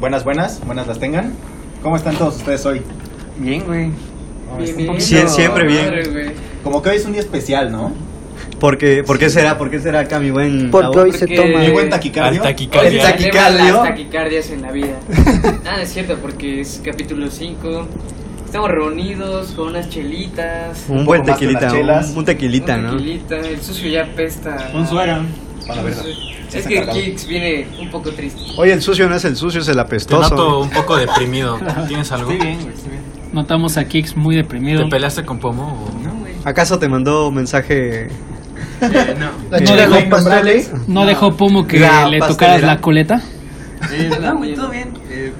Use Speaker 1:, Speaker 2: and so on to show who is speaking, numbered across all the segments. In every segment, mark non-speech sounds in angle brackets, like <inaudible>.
Speaker 1: Buenas, buenas, buenas las tengan. ¿Cómo están todos ustedes hoy?
Speaker 2: Bien, güey.
Speaker 3: Bien,
Speaker 2: Un
Speaker 3: bien.
Speaker 2: poquito-
Speaker 4: Sie- siempre bien.
Speaker 3: Madre, güey.
Speaker 1: Como que hoy es un día especial, ¿no?
Speaker 4: Porque, ¿Por qué será? ¿Por qué será acá mi buen?
Speaker 5: Porque hoy se
Speaker 3: Porque-
Speaker 5: toma.
Speaker 1: Mi
Speaker 3: Eh,
Speaker 1: buen taquicardio.
Speaker 6: al
Speaker 3: Hoy
Speaker 6: taquicardia.
Speaker 3: se celebran
Speaker 4: taquicardio.
Speaker 3: las taquicardias en la
Speaker 4: <laughs>
Speaker 3: vida. Nada, no es cierto, porque es capítulo 5. Estamos reunidos con unas chelitas.
Speaker 4: Un
Speaker 1: Un
Speaker 4: buen
Speaker 1: poco más que
Speaker 4: tequilita,
Speaker 1: las chelas.
Speaker 4: un, un tequilita,
Speaker 3: una
Speaker 4: ¿no?
Speaker 3: tequilita, El sucio ya pesta.
Speaker 1: Un suero. Para ver.
Speaker 3: Es
Speaker 1: Está
Speaker 3: que
Speaker 1: cargado.
Speaker 3: Kix viene un poco triste.
Speaker 4: Oye, el sucio no es el sucio, es el
Speaker 6: Te noto
Speaker 4: apestoso.
Speaker 6: un poco deprimido. ¿Tienes algo?
Speaker 7: Notamos a Kix muy
Speaker 6: ¿Te
Speaker 7: deprimido.
Speaker 6: peleaste con Pomo? o-
Speaker 3: No, güey.
Speaker 4: ¿Acaso te mandó un mensaje?
Speaker 7: No
Speaker 1: Eh,
Speaker 4: chela
Speaker 7: dejó,
Speaker 4: Indomable.
Speaker 7: pasteles, no dejó Pomo que
Speaker 4: La
Speaker 7: le
Speaker 4: pastelera.
Speaker 7: tocaras la coleta.
Speaker 2: no, güey, todo bien. Eh,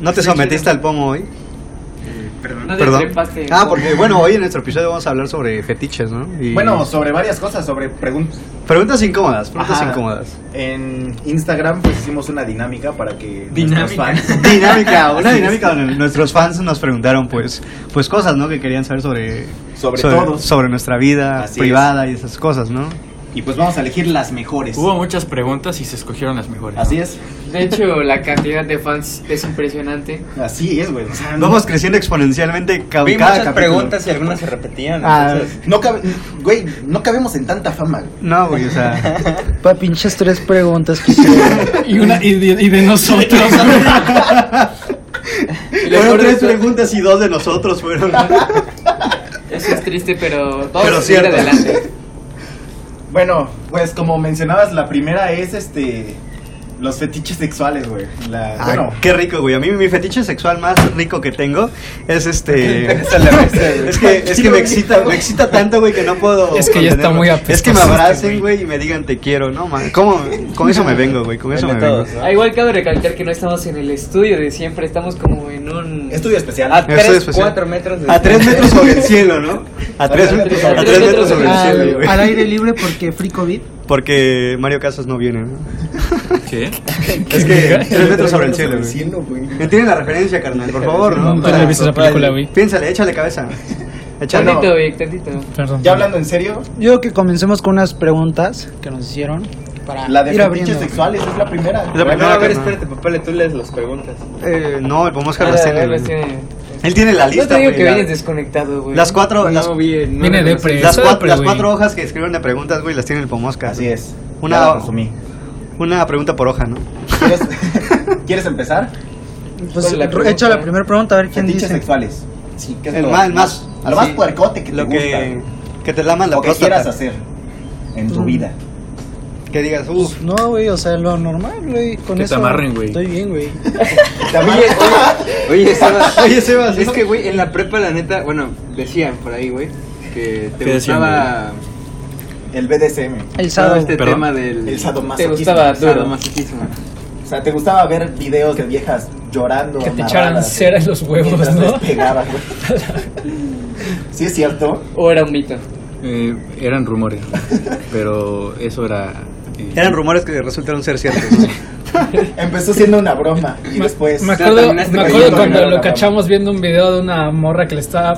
Speaker 4: ¿No te
Speaker 2: Sí,
Speaker 4: sometiste
Speaker 2: chela.
Speaker 4: al pomo hoy?
Speaker 2: eh, perdón.
Speaker 3: No te
Speaker 4: Perdón.
Speaker 3: trepaste.
Speaker 4: Ah, porque bueno, hoy en nuestro episodio vamos a hablar sobre fetiches, ¿no? Y-
Speaker 1: Bueno, sobre varias cosas, sobre preguntas.
Speaker 4: preguntas incómodas, preguntas
Speaker 1: Ajá. <laughs>
Speaker 4: incómodas.
Speaker 1: En Instagram pues hicimos una dinámica para que nuestros
Speaker 2: Dinámica.
Speaker 1: fans
Speaker 4: <laughs> Dinámica, una dinámica donde nuestros fans nos preguntaron pues pues cosas, ¿no? Que querían saber sobre
Speaker 1: Sobre todo.
Speaker 4: sobre nuestra vida
Speaker 1: Así es.
Speaker 4: privada y esas cosas, ¿no?
Speaker 1: y pues vamos a elegir las mejores.
Speaker 6: Hubo muchas preguntas y se escogieron las mejores. ¿no?
Speaker 1: Así es.
Speaker 3: De hecho, la cantidad de fans es impresionante.
Speaker 1: Así es, güey. O sea, no-
Speaker 4: Vamos creciendo exponencialmente ca-
Speaker 2: Vi
Speaker 4: cada
Speaker 2: muchas
Speaker 4: capítulo.
Speaker 2: preguntas y algunas se repetían.
Speaker 4: Ah,
Speaker 2: entonces-
Speaker 1: No cabe, güey, no cabemos en tanta fama. güey.
Speaker 4: No, güey, o sea,
Speaker 5: <laughs> Pa pinches tres preguntas que hicieron.
Speaker 7: <laughs> Y, una, y, de, y
Speaker 2: <laughs>
Speaker 4: <laughs>
Speaker 7: de nosotros.
Speaker 3: Y lo
Speaker 4: fueron
Speaker 3: peor de
Speaker 4: tres
Speaker 3: todo-
Speaker 4: preguntas y dos de nosotros
Speaker 2: <laughs>
Speaker 4: fueron.
Speaker 2: Ah,
Speaker 3: Eso es triste, pero vamos
Speaker 4: Pero
Speaker 3: a seguir
Speaker 4: cierto.
Speaker 3: adelante.
Speaker 1: Bueno, pues como mencionabas, la primera es este los fetiches sexuales, güey. La-
Speaker 4: Ah,
Speaker 1: bueno,
Speaker 4: qué rico, güey. A mí mi fetiche sexual más rico que tengo es
Speaker 2: <laughs>
Speaker 4: este
Speaker 1: Esa la besé,
Speaker 4: <laughs>
Speaker 1: güey.
Speaker 4: Es que, es que me excita, me excita tanto, güey, que no puedo.
Speaker 7: Es que ya está
Speaker 4: contenerlo.
Speaker 7: muy
Speaker 4: Es que me
Speaker 7: apestoso
Speaker 4: abracen, güey, y me digan te quiero, ¿no, man? ¿Cómo? Con eso me vengo, güey, con eso me
Speaker 2: Bueno,
Speaker 4: vengo.
Speaker 2: todos, ¿no?
Speaker 3: Ah, igual cabe recalcar que no estamos en el estudio de siempre, estamos como en un...
Speaker 1: estudio especial.
Speaker 2: A
Speaker 4: Eso es
Speaker 2: 3,
Speaker 4: Ah, especial.
Speaker 2: 4 metros de
Speaker 4: A tres metros sobre el cielo, ¿no? A tres,
Speaker 1: metros-
Speaker 4: a tres metros
Speaker 2: Ah,
Speaker 4: sobre el
Speaker 5: al,
Speaker 4: cielo, güey.
Speaker 5: Ah, al aire libre porque Free COVID.
Speaker 4: Porque Mario Casas no viene, ¿no?
Speaker 6: ¿Qué?
Speaker 4: Es que <laughs> tres metros sobre el cielo, güey. ¿Entienden la referencia, carnal? Por favor, ¿no?
Speaker 7: Nunca he visto esa película, güey.
Speaker 4: Piénsale, échale cabeza. Échale.
Speaker 3: Tantito, Vic, tantito.
Speaker 7: Perdón.
Speaker 1: Ya hablando en serio,
Speaker 5: Yo creo que comencemos con unas preguntas que nos hicieron para
Speaker 1: la de
Speaker 5: ir
Speaker 1: fetiches
Speaker 5: abriendo.
Speaker 1: sexuales es la primera.
Speaker 4: Es la
Speaker 2: Bueno,
Speaker 4: primera,
Speaker 2: a ver,
Speaker 4: carnal.
Speaker 2: espérate, papá, tú lees las preguntas.
Speaker 4: Eh, no, el Pomoscar
Speaker 3: Ah,
Speaker 4: las
Speaker 3: a ver, las
Speaker 4: tiene.
Speaker 3: tiene.
Speaker 4: Él tiene la
Speaker 3: No
Speaker 4: lista,
Speaker 3: te digo
Speaker 4: güey,
Speaker 3: que
Speaker 4: la-
Speaker 3: vienes desconectado, güey.
Speaker 4: Las cuatro, las
Speaker 2: No, vi, no
Speaker 7: Viene
Speaker 2: reconocí.
Speaker 7: depre.
Speaker 4: Las,
Speaker 7: Eso,
Speaker 4: cuatro,
Speaker 7: pero,
Speaker 4: las
Speaker 7: güey.
Speaker 4: cuatro hojas que escribieron de preguntas, güey, las tiene el Pomosca.
Speaker 1: Así es.
Speaker 4: Una-
Speaker 1: Ya la
Speaker 4: <laughs>
Speaker 1: resumí.
Speaker 4: Una pregunta por hoja, ¿no?
Speaker 1: ¿Quieres, ¿Quieres empezar?
Speaker 5: Pues
Speaker 3: Con la
Speaker 5: ro-
Speaker 3: pregunta.
Speaker 5: echa la primera pregunta a ver quién
Speaker 1: Fetiches
Speaker 5: dice.
Speaker 1: sexuales. Sí, ¿qué es
Speaker 4: El
Speaker 1: lo
Speaker 4: más, el más.
Speaker 1: lo más
Speaker 4: así,
Speaker 1: puercote que te
Speaker 4: lo que,
Speaker 1: gusta.
Speaker 4: que te laman la
Speaker 1: Lo que
Speaker 4: próstata.
Speaker 1: quieras hacer en tu
Speaker 5: Mm.
Speaker 1: vida.
Speaker 4: Que digas, uff.
Speaker 5: No, güey, o sea, lo normal, güey, con
Speaker 6: Que te
Speaker 5: eso.
Speaker 6: amarren, güey.
Speaker 5: Estoy bien, güey.
Speaker 2: Oye, oye, oye, Sebas.
Speaker 4: <laughs> Oye, Sebas,
Speaker 2: Es
Speaker 4: ¿no?
Speaker 2: que, güey, en la prepa, la neta, bueno, decían por ahí, güey, que te
Speaker 6: ¿Qué decían,
Speaker 2: gustaba
Speaker 1: El BDSM.
Speaker 5: El
Speaker 2: todo
Speaker 5: sábado.
Speaker 2: este
Speaker 6: ¿Perdón?
Speaker 2: tema del
Speaker 1: El
Speaker 3: Te
Speaker 1: sadomasoquismo.
Speaker 3: gustaba duro.
Speaker 2: sadomasoquismo.
Speaker 1: O sea, te gustaba ver videos de viejas llorando.
Speaker 7: Que te
Speaker 1: amarradas, eh,
Speaker 7: echaran cera en los huevos,
Speaker 1: mientras
Speaker 7: ¿no?
Speaker 1: les pegaban,
Speaker 7: <laughs>
Speaker 1: güey. sí, es cierto.
Speaker 3: O era un mito.
Speaker 6: Eh,
Speaker 2: <laughs>
Speaker 6: eran rumores, pero eso era... eh,
Speaker 4: Eran rumores que resultaron ser ciertos. <laughs>
Speaker 1: Empezó siendo una broma y después.
Speaker 7: Me
Speaker 2: sea,
Speaker 7: acuerdo,
Speaker 2: terminaste
Speaker 7: me
Speaker 2: cayendo
Speaker 7: acuerdo
Speaker 2: en
Speaker 7: cuando
Speaker 2: la cama.
Speaker 7: lo cachamos viendo un video de una morra que le estaba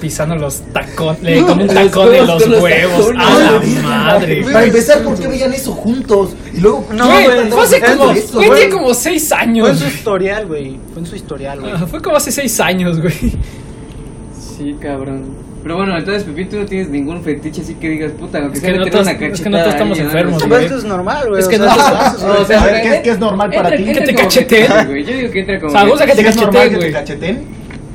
Speaker 7: pisando los tacones, le, con un tacón de los
Speaker 3: con los
Speaker 7: huevos.
Speaker 3: tacones.
Speaker 7: ¡A la
Speaker 1: Güey,
Speaker 7: Ah, madre!
Speaker 1: Para empezar, ¿por qué veían eso juntos? Y luego.
Speaker 5: No,
Speaker 7: Güey,
Speaker 5: güey,
Speaker 7: fue hace
Speaker 5: no,
Speaker 7: como,
Speaker 5: eso,
Speaker 7: güey,
Speaker 5: güey.
Speaker 7: tiene como seis
Speaker 5: Fue en
Speaker 7: años.
Speaker 5: su historial, güey. Fue en su historial, <laughs> güey.
Speaker 7: Ajá, Fue como hace seis años, güey.
Speaker 3: Sí, cabrón. Pero bueno, entonces, Pepín, tú no tienes ningún fetiche, así que digas, puta, lo que
Speaker 7: Es
Speaker 3: sea,
Speaker 7: que
Speaker 3: le
Speaker 7: no
Speaker 3: tiro
Speaker 7: todos-
Speaker 3: una
Speaker 7: es que
Speaker 3: cachetada
Speaker 7: no todos
Speaker 3: a
Speaker 7: estamos
Speaker 3: alguien,
Speaker 7: enfermos,
Speaker 3: algo
Speaker 7: güey.
Speaker 3: así.
Speaker 5: Pero eso es normal, güey.
Speaker 7: Es
Speaker 5: o
Speaker 7: que
Speaker 5: sea,
Speaker 7: no-
Speaker 5: eso-
Speaker 3: O sea,
Speaker 1: ah, A ver, ¿qué- qué es normal para
Speaker 3: entra-
Speaker 1: ti?
Speaker 3: entra
Speaker 7: Que te
Speaker 3: como
Speaker 7: cacheteen.
Speaker 3: fetiche, güey. Yo digo que entra
Speaker 7: O
Speaker 3: como.
Speaker 7: sea, gusta que
Speaker 1: ¿Sí
Speaker 7: te
Speaker 1: es normal que
Speaker 7: cachete,
Speaker 1: te
Speaker 7: güey.
Speaker 1: cacheten?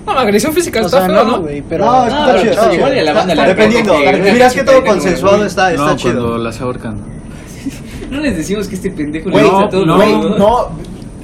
Speaker 7: No, la agresión física
Speaker 5: o
Speaker 7: está
Speaker 5: sea,
Speaker 7: feo,
Speaker 5: no,
Speaker 7: ¿no?
Speaker 5: güey, pero. Ah,
Speaker 3: No, pero
Speaker 4: chido,
Speaker 3: pues,
Speaker 4: está
Speaker 3: igual
Speaker 4: chido.
Speaker 3: y a la banda
Speaker 4: Está-
Speaker 3: le
Speaker 4: Dependiendo,
Speaker 3: arde, porque-
Speaker 4: miras que todo
Speaker 3: porque-
Speaker 4: consensuado está, está
Speaker 6: no, cuando
Speaker 4: chido.
Speaker 6: las ahorcan.
Speaker 3: No les decimos que este pendejo
Speaker 1: Güey,
Speaker 3: le
Speaker 1: no,
Speaker 3: gusta todo lo
Speaker 1: güey,
Speaker 3: nuevo.
Speaker 1: no.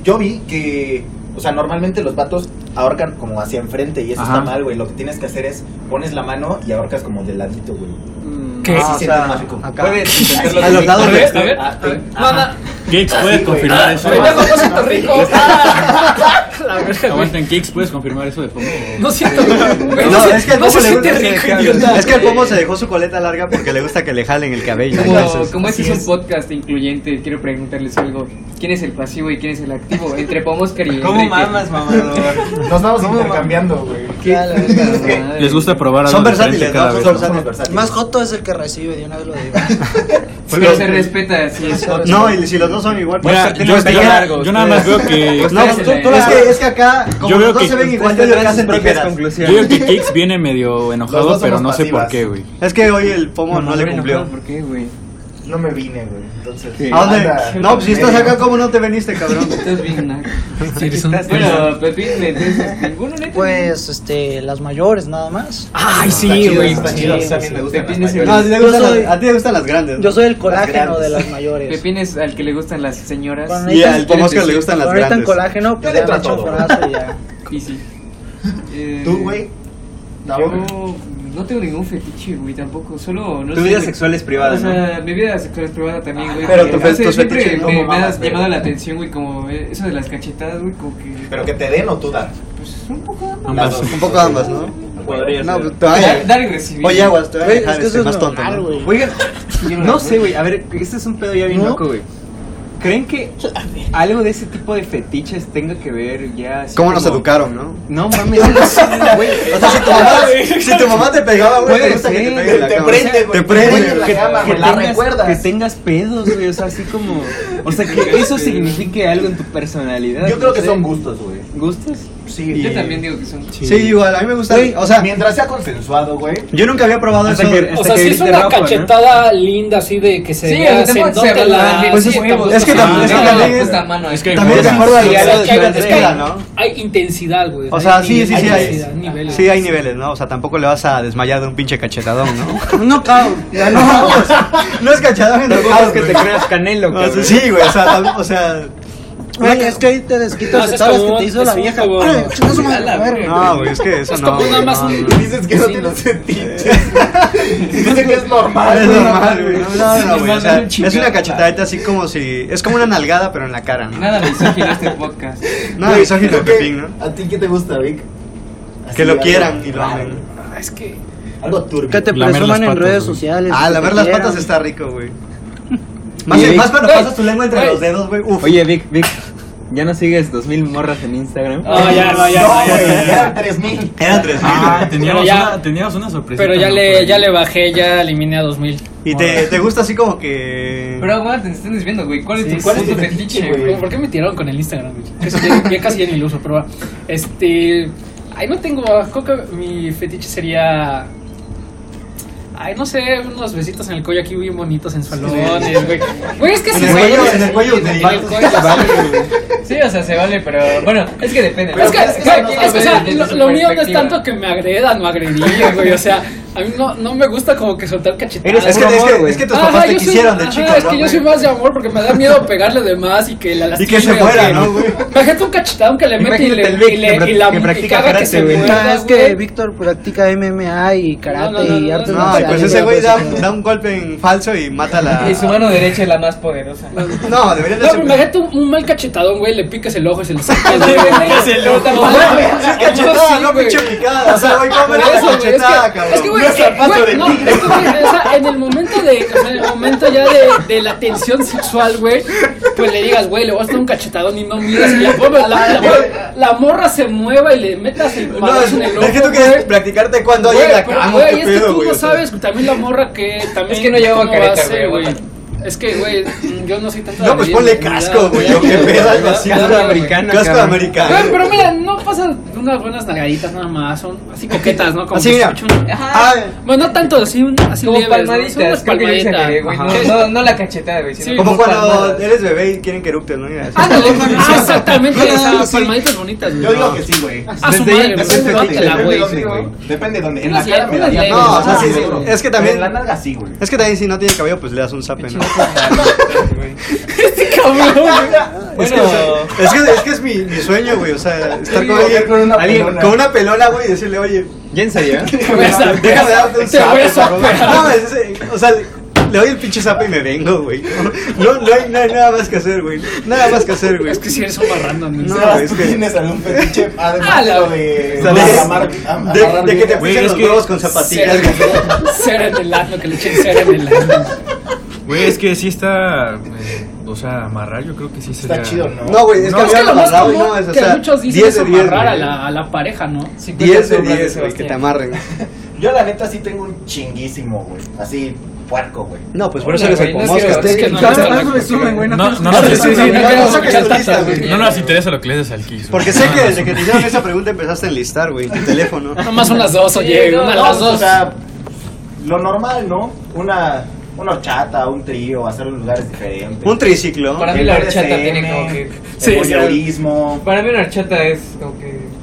Speaker 1: Yo vi que. O sea, normalmente los vatos ahorcan como hacia enfrente y eso
Speaker 6: Ajá.
Speaker 1: está mal, güey. Lo que tienes que hacer es pones la mano y ahorcas como de ladito, güey.
Speaker 3: Mm,
Speaker 7: ¿Qué?
Speaker 1: Así
Speaker 4: Ah, o
Speaker 1: sientes
Speaker 4: sea,
Speaker 1: más rico.
Speaker 4: acá.
Speaker 2: Puedes intentarlo
Speaker 4: <laughs> A los lados
Speaker 7: A ver,
Speaker 4: de...
Speaker 7: a ver.
Speaker 1: Ah,
Speaker 7: No, no.
Speaker 6: Gates
Speaker 1: Así,
Speaker 6: puede
Speaker 1: güey.
Speaker 6: confirmar eso.
Speaker 7: Ah, Pendejo, no siento rico.
Speaker 3: Ah,
Speaker 7: La verga, güey.
Speaker 6: Aguanta en Kicks, ¿puedes confirmar eso de Pomo?
Speaker 7: No siento, güey.
Speaker 4: No,
Speaker 7: No, se-
Speaker 4: es que al
Speaker 7: no
Speaker 4: Pomo
Speaker 7: se
Speaker 4: le
Speaker 7: siente
Speaker 4: gusta
Speaker 7: rico,
Speaker 4: que le
Speaker 7: idiota.
Speaker 4: jalen. Es que el pomo se dejó su coleta larga porque le gusta que le jalen el cabello.
Speaker 3: Como,
Speaker 4: entonces.
Speaker 3: como este
Speaker 7: así
Speaker 3: es un
Speaker 7: es.
Speaker 3: podcast incluyente, quiero preguntarles algo. ¿Quién es el pasivo y quién es el activo? Entre Pomoscar y
Speaker 2: ¿Cómo
Speaker 3: Enrique.
Speaker 2: mamas, mamador?
Speaker 1: Nos vamos intercambiando, güey. <laughs>
Speaker 5: Ya, la verga.
Speaker 4: <laughs>
Speaker 3: Madre.
Speaker 6: Les gusta probar algo
Speaker 4: Son
Speaker 6: diferente
Speaker 4: versátiles,
Speaker 6: cada
Speaker 4: ¿no?
Speaker 6: vez,
Speaker 4: Son
Speaker 6: ¿no?
Speaker 4: versátiles.
Speaker 5: Más joto es el que recibe, de una vez lo digo.
Speaker 3: Pero se respeta, sí. es-
Speaker 4: No, y si los dos son igual, pues
Speaker 6: Mira,
Speaker 4: tienen
Speaker 6: yo,
Speaker 4: el
Speaker 6: yo-
Speaker 4: pelo
Speaker 2: largo,
Speaker 6: yo nada más veo que...
Speaker 4: No,
Speaker 3: Ustedes
Speaker 4: tú-
Speaker 3: se
Speaker 4: tú-
Speaker 3: ven.
Speaker 4: es, que, es que acá, como
Speaker 6: Yo
Speaker 4: los
Speaker 6: veo
Speaker 4: dos
Speaker 6: que-
Speaker 4: se ven igual, yo
Speaker 2: Ustedes
Speaker 4: digo que
Speaker 2: traen sus
Speaker 4: hacen
Speaker 2: propias
Speaker 4: tijeras.
Speaker 6: Yo
Speaker 2: conclusiones.
Speaker 6: digo que Kicks viene medio
Speaker 1: Los
Speaker 6: enojado,
Speaker 1: dos
Speaker 6: pero
Speaker 1: somos
Speaker 6: no sé por
Speaker 1: pasivas.
Speaker 6: qué, güey.
Speaker 4: Es que hoy el pomo no,
Speaker 3: No,
Speaker 4: le
Speaker 3: no,
Speaker 4: cumplió.
Speaker 3: no, ¿Por qué, güey?
Speaker 1: No me vine, güey. Entonces.
Speaker 4: ¿A dónde?
Speaker 1: Anda,
Speaker 4: no, pues si estás
Speaker 1: medio.
Speaker 4: acá, ¿cómo no te veniste, cabrón?
Speaker 3: Estás bien, naco.
Speaker 7: Sí, eres un-
Speaker 3: Bueno, Pepín, entonces, ninguno neta.
Speaker 5: Pues, este, las mayores nada más.
Speaker 7: Ay,
Speaker 1: Está
Speaker 7: sí,
Speaker 1: chido,
Speaker 7: güey.
Speaker 1: está
Speaker 7: sí,
Speaker 1: chido,
Speaker 7: sí,
Speaker 1: está
Speaker 7: sí.
Speaker 1: bien, me gustan
Speaker 3: Pepín
Speaker 1: las
Speaker 3: es el-
Speaker 4: No, a ti, te gustan
Speaker 5: Yo soy-
Speaker 4: las, a ti te gustan las grandes. ¿no?
Speaker 5: Yo soy el
Speaker 1: Las
Speaker 5: colágeno de
Speaker 1: grandes.
Speaker 5: las mayores.
Speaker 3: Pepín es al que le gustan las señoras.
Speaker 5: Bueno,
Speaker 4: Y al
Speaker 5: Necesitas-
Speaker 4: pomo que le gustan las
Speaker 5: Ahorita en
Speaker 4: grandes.
Speaker 5: colágeno, pues
Speaker 1: de
Speaker 5: ya me echo un
Speaker 1: tratado.
Speaker 5: brazo y ya.
Speaker 3: Y sí. Eh,
Speaker 1: ¿Tú, güey? No, güey.
Speaker 3: Yo no tengo ningún fetiche, güey, tampoco. Solo, no
Speaker 2: Tu
Speaker 3: sé,
Speaker 2: vida
Speaker 3: güey.
Speaker 2: sexual es privada,
Speaker 3: O
Speaker 2: ¿no?
Speaker 3: sea, mi vida sexual es privada también, güey.
Speaker 1: Pero tu fe-
Speaker 3: No sé,
Speaker 1: tus
Speaker 3: siempre
Speaker 1: fetiches,
Speaker 3: me-
Speaker 1: ¿cómo
Speaker 3: me,
Speaker 1: mamas,
Speaker 3: has
Speaker 1: güey?
Speaker 3: llamado la atención, güey, como eh, eso de las cachetadas, güey, como que...
Speaker 1: Pero que te den o tú dar.
Speaker 3: Pues un poco...
Speaker 6: Ambas.
Speaker 1: Las dos.
Speaker 4: Un poco ambas, ¿no?
Speaker 2: Podría
Speaker 4: No,
Speaker 2: ser.
Speaker 4: pues, te vaya.
Speaker 3: Dar- dar y recibir.
Speaker 4: Oye, aguas, te voy a
Speaker 5: Güey,
Speaker 4: dejar
Speaker 5: es que
Speaker 4: este,
Speaker 5: eso es
Speaker 4: más tonto.
Speaker 5: normal,
Speaker 4: ¿no?
Speaker 5: güey.
Speaker 3: <laughs>
Speaker 2: Oigan, no sé, güey. A ver, este es un pedo ya bien
Speaker 5: ¿No?
Speaker 2: loco, güey. ¿Creen
Speaker 1: <laughs>
Speaker 2: que algo de ese tipo de fetiches tenga que ver ya... así
Speaker 4: ¿Cómo nos
Speaker 2: como-
Speaker 4: educaron, no?
Speaker 2: No mames, no, güey.
Speaker 4: O sea, si tu mamá, si tu mamá te pegaba, güey, te
Speaker 2: Puede
Speaker 4: gusta que te
Speaker 2: ser,
Speaker 4: peguen en la
Speaker 2: te
Speaker 4: cama.
Speaker 2: prende,
Speaker 4: Te prende.
Speaker 1: Güey, en <laughs> la
Speaker 2: que,
Speaker 1: cama,
Speaker 2: que
Speaker 1: güey, la
Speaker 2: tengas,
Speaker 1: recuerdas.
Speaker 2: que tengas pedos, güey. O sea, así como. O sea,
Speaker 1: <laughs>
Speaker 2: que eso signifique algo en tu personalidad.
Speaker 1: Yo creo que son
Speaker 2: gustos.
Speaker 1: gustos, güey.
Speaker 2: ¿Gustos?
Speaker 1: Sí.
Speaker 3: Yo también digo que son...
Speaker 4: Sí, igual, a mí me gusta.
Speaker 1: Güey,
Speaker 4: O sea,
Speaker 1: mientras sea consensuado, güey.
Speaker 4: yo nunca había probado
Speaker 2: Hasta
Speaker 4: eso.
Speaker 2: que-
Speaker 7: O
Speaker 2: hasta
Speaker 7: sea, sí
Speaker 2: que
Speaker 7: es
Speaker 2: grite
Speaker 7: una
Speaker 2: Rafa, ¿no?
Speaker 7: cachetatada linda, así de que se
Speaker 3: Sí,
Speaker 7: vea
Speaker 3: o sea, tampoco
Speaker 7: sendote
Speaker 3: se habla,
Speaker 7: la...
Speaker 3: pues
Speaker 4: es-
Speaker 7: estamos-
Speaker 4: es que
Speaker 7: Ah,
Speaker 4: también- es que
Speaker 7: no,
Speaker 4: también-
Speaker 7: no,
Speaker 3: Puta mano,
Speaker 6: Es que hay
Speaker 4: También
Speaker 6: juegos.
Speaker 4: se acuerda de
Speaker 7: Sí,
Speaker 4: lo
Speaker 7: hay-
Speaker 4: de
Speaker 7: hay-
Speaker 4: la escuela,
Speaker 7: hay-
Speaker 4: ¿no?
Speaker 7: Hay intensidad, güey.
Speaker 4: O sea,
Speaker 7: Hay
Speaker 4: sí, sí, sí,
Speaker 7: niveles,
Speaker 4: hay-
Speaker 7: intensidad, niveles.
Speaker 4: Sí, hay niveles, ¿no? O sea, tampoco le vas a desmayar de un pinche cachetadón, ¿no?
Speaker 5: No cao.
Speaker 4: Ya no, <laughs> no es cachetadón en
Speaker 2: Tampoco es que te creas canelo,
Speaker 4: O sea,
Speaker 2: cabrón.
Speaker 4: sí, güey, o sea, tam- o sea,
Speaker 5: Güey, es que ahí te desquitas
Speaker 7: No,
Speaker 5: de
Speaker 7: es
Speaker 5: todo
Speaker 7: como
Speaker 5: lo que
Speaker 7: un-
Speaker 5: te hizo
Speaker 7: es
Speaker 5: la
Speaker 7: un
Speaker 5: vieja.
Speaker 7: como-
Speaker 5: Órale, chinga su madre, la verga.
Speaker 4: no, güey, es que eso
Speaker 7: Es
Speaker 4: no.
Speaker 7: como nada
Speaker 4: güey,
Speaker 7: más
Speaker 4: no,
Speaker 7: un-
Speaker 4: no.
Speaker 1: Dices que no
Speaker 7: Sí,
Speaker 1: tienes
Speaker 7: no. <laughs>
Speaker 1: fetiches. Dice que es normal.
Speaker 4: Es
Speaker 1: güey.
Speaker 4: normal, güey. No, no, no, güey, o sea,
Speaker 3: Sí,
Speaker 4: es una
Speaker 3: normal.
Speaker 4: cachetadita así como si. Es como una nalgada, pero en la cara, ¿no?
Speaker 3: Nada misógino este podcast.
Speaker 4: Nada misógino de
Speaker 1: ¿Tú qué-
Speaker 4: Pepín, ¿no?
Speaker 1: ¿A ti qué te gusta, Vic? Así,
Speaker 4: Que lo
Speaker 1: algo
Speaker 4: quieran y lo
Speaker 1: raro,
Speaker 4: amen.
Speaker 7: Ah, Es que...
Speaker 1: Algo turbio.
Speaker 5: Que te
Speaker 6: Lamer las
Speaker 5: presuman en
Speaker 6: patas,
Speaker 5: redes
Speaker 6: güey.
Speaker 5: sociales.
Speaker 4: Ah,
Speaker 5: que te
Speaker 4: lavar las
Speaker 5: quieran.
Speaker 4: patas está rico, güey. Más,
Speaker 2: Oye,
Speaker 4: más cuando
Speaker 7: Vic.
Speaker 4: pasas tu lengua entre
Speaker 7: Güey.
Speaker 4: los dedos, güey. Uf.
Speaker 2: Oye, Vic, Vic. ¿Ya no sigues 2000 morras en Instagram?
Speaker 7: No, ya, no, ya,
Speaker 1: No,
Speaker 7: no, ya,
Speaker 1: güey,
Speaker 7: ya, ya.
Speaker 1: eran 3000.
Speaker 4: Eran tres mil.
Speaker 2: <laughs>
Speaker 6: Ah, teníamos,
Speaker 7: Pero ya-
Speaker 6: una, teníamos una sorpresa.
Speaker 7: Pero ya le, ya le bajé, ya eliminé a 2000.
Speaker 4: y te, te gusta así como que.
Speaker 3: Pero aguanta, te están desviando, güey. ¿Cuál es
Speaker 7: Sí,
Speaker 3: tu, cuál
Speaker 7: sí,
Speaker 3: es tu
Speaker 1: sí,
Speaker 3: fetiche,
Speaker 1: güey.
Speaker 3: güey?
Speaker 7: ¿Por qué me tiraron con el Instagram? güey? Eso ya, ya casi ya ni lo uso, pero va. Este. Ay, no tengo. ah, Creo que mi fetiche sería. Ay, no sé, unos besitos en el cuello aquí bien bonitos, sensualones, güey. Güey, es que
Speaker 4: En
Speaker 7: sí,
Speaker 4: el
Speaker 7: güey.
Speaker 4: cuello- en el cuello
Speaker 7: En
Speaker 4: te
Speaker 7: el
Speaker 4: llevas.
Speaker 7: cuello, sí.
Speaker 4: <laughs>
Speaker 3: Sí, o sea, se vale, pero bueno, es que depende. ¿no?
Speaker 7: Es que,
Speaker 1: Es que
Speaker 7: güey,
Speaker 1: no
Speaker 7: es
Speaker 1: sabes
Speaker 7: que, o sea,
Speaker 3: desde
Speaker 7: lo,
Speaker 3: su
Speaker 7: lo mío no es
Speaker 3: perspectiva.
Speaker 7: tanto que me agredan o agredir, güey. O sea, a mí no, no me gusta como que soltar cachetadas.
Speaker 4: es, que,
Speaker 2: puro
Speaker 4: es,
Speaker 2: amor,
Speaker 4: que,
Speaker 2: güey.
Speaker 4: es que tus
Speaker 7: Ajá,
Speaker 4: papás te
Speaker 7: yo soy-
Speaker 4: quisieron de
Speaker 7: ajá,
Speaker 4: chico,
Speaker 7: Es
Speaker 4: ¿no,
Speaker 7: que yo
Speaker 4: güey?
Speaker 7: soy más de amor porque me da miedo pegarle de más y que la
Speaker 4: Y
Speaker 7: lastime.
Speaker 4: que se
Speaker 7: o
Speaker 4: muera,
Speaker 7: que-
Speaker 4: ¿no, güey?
Speaker 7: Imagínate un cachetadón que le mete y le,
Speaker 2: Imagínate el Vic
Speaker 7: y le-
Speaker 2: que pra-
Speaker 7: y la
Speaker 2: que
Speaker 7: y
Speaker 2: practica
Speaker 7: caga que
Speaker 2: karate,
Speaker 7: se
Speaker 2: güey.
Speaker 7: muera,
Speaker 5: Ah, es que
Speaker 7: güey.
Speaker 5: Víctor practica MMA y karate
Speaker 7: No, no, no,
Speaker 5: y
Speaker 7: no,
Speaker 5: artes
Speaker 7: no,
Speaker 4: No,
Speaker 5: marciales.
Speaker 4: pues ese güey da,
Speaker 5: güey.
Speaker 4: da un golpe en falso y mata a la.
Speaker 3: Ah. Y
Speaker 4: <laughs>
Speaker 3: su mano derecha es la más poderosa.
Speaker 4: No, deberías de
Speaker 7: No, pero
Speaker 4: ser.
Speaker 7: imagínate un, un mal cachetadón, güey, le picas el ojo y se
Speaker 4: <laughs>
Speaker 7: le sacas, güey.
Speaker 3: picas el
Speaker 7: <laughs>
Speaker 3: ojo.
Speaker 7: Puta madre,
Speaker 4: Güey,
Speaker 7: güey.
Speaker 4: si es cachetada,
Speaker 7: Sí,
Speaker 4: no
Speaker 7: güey.
Speaker 4: pinche picada. O sea, güey,
Speaker 7: Por
Speaker 4: cómete la
Speaker 7: eso, güey, es
Speaker 4: cachetada,
Speaker 7: que- Es que,
Speaker 4: cabrón.
Speaker 7: güey, es que, güey, no, es que, güey, o sea, en el momento de, o sea, en el momento ya de, de la tensión sexual, güey, pues le digas, güey, le vas a dar un cachetadón y no miras, y la, la, la, la- la morra se mueva y le metas el
Speaker 4: No, es,
Speaker 7: palazo en el ojo,
Speaker 4: es que tú
Speaker 7: güey.
Speaker 4: quieres practicarte cuando hay en
Speaker 7: Güey,
Speaker 4: la
Speaker 7: pero,
Speaker 4: cama,
Speaker 7: güey,
Speaker 4: qué
Speaker 7: es que
Speaker 4: pedo,
Speaker 7: tú
Speaker 4: güey,
Speaker 7: no
Speaker 4: o sea.
Speaker 7: sabes, también la morra que también...
Speaker 3: Es que no llevo
Speaker 7: cómo va a
Speaker 3: careta,
Speaker 7: ser,
Speaker 3: güey,
Speaker 7: Es que, güey, yo no soy tanto de
Speaker 4: No, pues
Speaker 7: medir,
Speaker 4: ponle
Speaker 7: ni nada,
Speaker 4: casco, güey, yo qué pedo, algo así.
Speaker 7: Casco
Speaker 4: güey.
Speaker 2: americano,
Speaker 4: Casco
Speaker 2: cabrón.
Speaker 4: americano.
Speaker 7: Güey, pero mira, no pasan unas buenas nalgaditas nada más, son así coquetas, ¿no? Como
Speaker 4: Así,
Speaker 7: que se
Speaker 4: mira.
Speaker 7: escucha una-
Speaker 3: Ajá.
Speaker 4: Ah,
Speaker 7: Bueno, no tanto, así, un, así
Speaker 3: Como
Speaker 7: leves, ¿no? Son unas
Speaker 3: palmaditas, creo que yo se
Speaker 7: palmaditas.
Speaker 3: quedé, güey. No,
Speaker 7: Ajá.
Speaker 3: no, no la cachetada, güey. sino
Speaker 7: Sí,
Speaker 4: como
Speaker 7: como
Speaker 4: cuando
Speaker 3: palmadas.
Speaker 4: eres bebé y quieren que eruptes, ¿no? Mira, así.
Speaker 7: Ándale, ah,
Speaker 1: No,
Speaker 7: exactamente,
Speaker 1: no, no,
Speaker 7: esas
Speaker 1: sí.
Speaker 7: palmaditas bonitas, güey.
Speaker 1: Yo digo que sí, güey.
Speaker 7: A su
Speaker 2: Desde ahí
Speaker 7: madre,
Speaker 2: empezó
Speaker 7: güey,
Speaker 2: el fetiche,
Speaker 7: dátela,
Speaker 1: Depende
Speaker 7: güey.
Speaker 1: dónde, güey. Depende dónde. En la
Speaker 7: Unas
Speaker 1: cara me
Speaker 7: le-
Speaker 1: daría.
Speaker 7: unas
Speaker 4: No, o sea, sí,
Speaker 1: sí,
Speaker 4: sí. Es que también.
Speaker 1: En la nalga sí, güey.
Speaker 4: Es que también si no tiene cabello, pues le das un zape, ¿no?
Speaker 7: Este <laughs> cabrón, güey.
Speaker 4: <laughs> Es que, o sea, es que, es, que es mi, mi sueño, güey. O sea, estar con alguien,
Speaker 1: Con una
Speaker 4: alguien-
Speaker 1: pelona.
Speaker 4: con una pelona, güey, y decirle, oye,
Speaker 1: <laughs>
Speaker 2: ¿Ya en serio?
Speaker 7: Te voy a
Speaker 4: déjame darte un
Speaker 7: Te voy a
Speaker 4: zape, cabrón.
Speaker 7: sopear.
Speaker 4: No, es- es- o sea, Le doy el pinche sapo y me vengo, güey. No, no, hay, no hay nada más que hacer, güey. Nada más que hacer, güey.
Speaker 7: Es que si eres un barrando, ¿no?
Speaker 4: No,
Speaker 1: Sebas,
Speaker 4: es
Speaker 1: tú
Speaker 4: que-
Speaker 1: tienes algún fetiche
Speaker 7: Ah,
Speaker 1: además
Speaker 7: la-
Speaker 1: lo de
Speaker 4: ¿Sabes?
Speaker 1: amarrar- am-
Speaker 4: De,
Speaker 1: amarrar
Speaker 4: de que te
Speaker 1: viejas?
Speaker 6: Güey,
Speaker 4: pisen
Speaker 6: es
Speaker 4: los
Speaker 6: que-
Speaker 4: huevos con zapatillas. güey.
Speaker 7: Cera en el ano, que le echen cera en el ano.
Speaker 6: Güey, es que sí está. eh, o sea, amarrar yo creo que sí sería.
Speaker 1: Está chido, ¿no?
Speaker 4: No, güey, es
Speaker 7: No,
Speaker 4: que
Speaker 7: es que
Speaker 4: había
Speaker 7: lo más
Speaker 4: amarrado y
Speaker 7: común
Speaker 4: no es, o
Speaker 7: que
Speaker 4: sea,
Speaker 7: muchos dicen
Speaker 4: 10
Speaker 7: es
Speaker 4: de 10.
Speaker 7: amarrar a
Speaker 4: güey.
Speaker 7: la, a la pareja, ¿no?
Speaker 4: 10 de
Speaker 3: sombras de
Speaker 4: 10, güey, que te
Speaker 7: este,
Speaker 3: Sebastián.
Speaker 4: amarren.
Speaker 1: Yo la neta sí tengo un chinguísimo, güey. Así, puerco, güey.
Speaker 4: No, pues por eso eres
Speaker 3: Güey,
Speaker 4: el
Speaker 3: no es
Speaker 4: pomosca.
Speaker 3: cierto, es que no, no, no, no,
Speaker 2: güey.
Speaker 8: No, no,
Speaker 4: Ah, <laughs>
Speaker 8: nos-
Speaker 4: sí, sí, sí,
Speaker 7: no
Speaker 4: no,
Speaker 7: queremos
Speaker 4: no,
Speaker 7: escuchar
Speaker 4: no,
Speaker 7: tantas,
Speaker 4: no,
Speaker 7: güey.
Speaker 8: no nos interesa lo que le des al Kiss. güey.
Speaker 4: Porque sé
Speaker 8: No,
Speaker 4: que
Speaker 8: no,
Speaker 4: desde
Speaker 8: no.
Speaker 4: que te hicieron esa pregunta empezaste a enlistar, güey, tu teléfono.
Speaker 7: Nomás unas dos,
Speaker 3: Sí,
Speaker 7: oye,
Speaker 3: no,
Speaker 7: una de
Speaker 3: no,
Speaker 7: las
Speaker 1: pues, O
Speaker 7: dos.
Speaker 1: sea, lo normal, ¿no? Una, una horchata, un trío, hacerlo en lugares diferentes.
Speaker 4: Un triciclo.
Speaker 3: Para mí la horchata tiene como que.
Speaker 7: Sí,
Speaker 1: Sí,
Speaker 7: sí.
Speaker 3: Para mí una horchata es como que.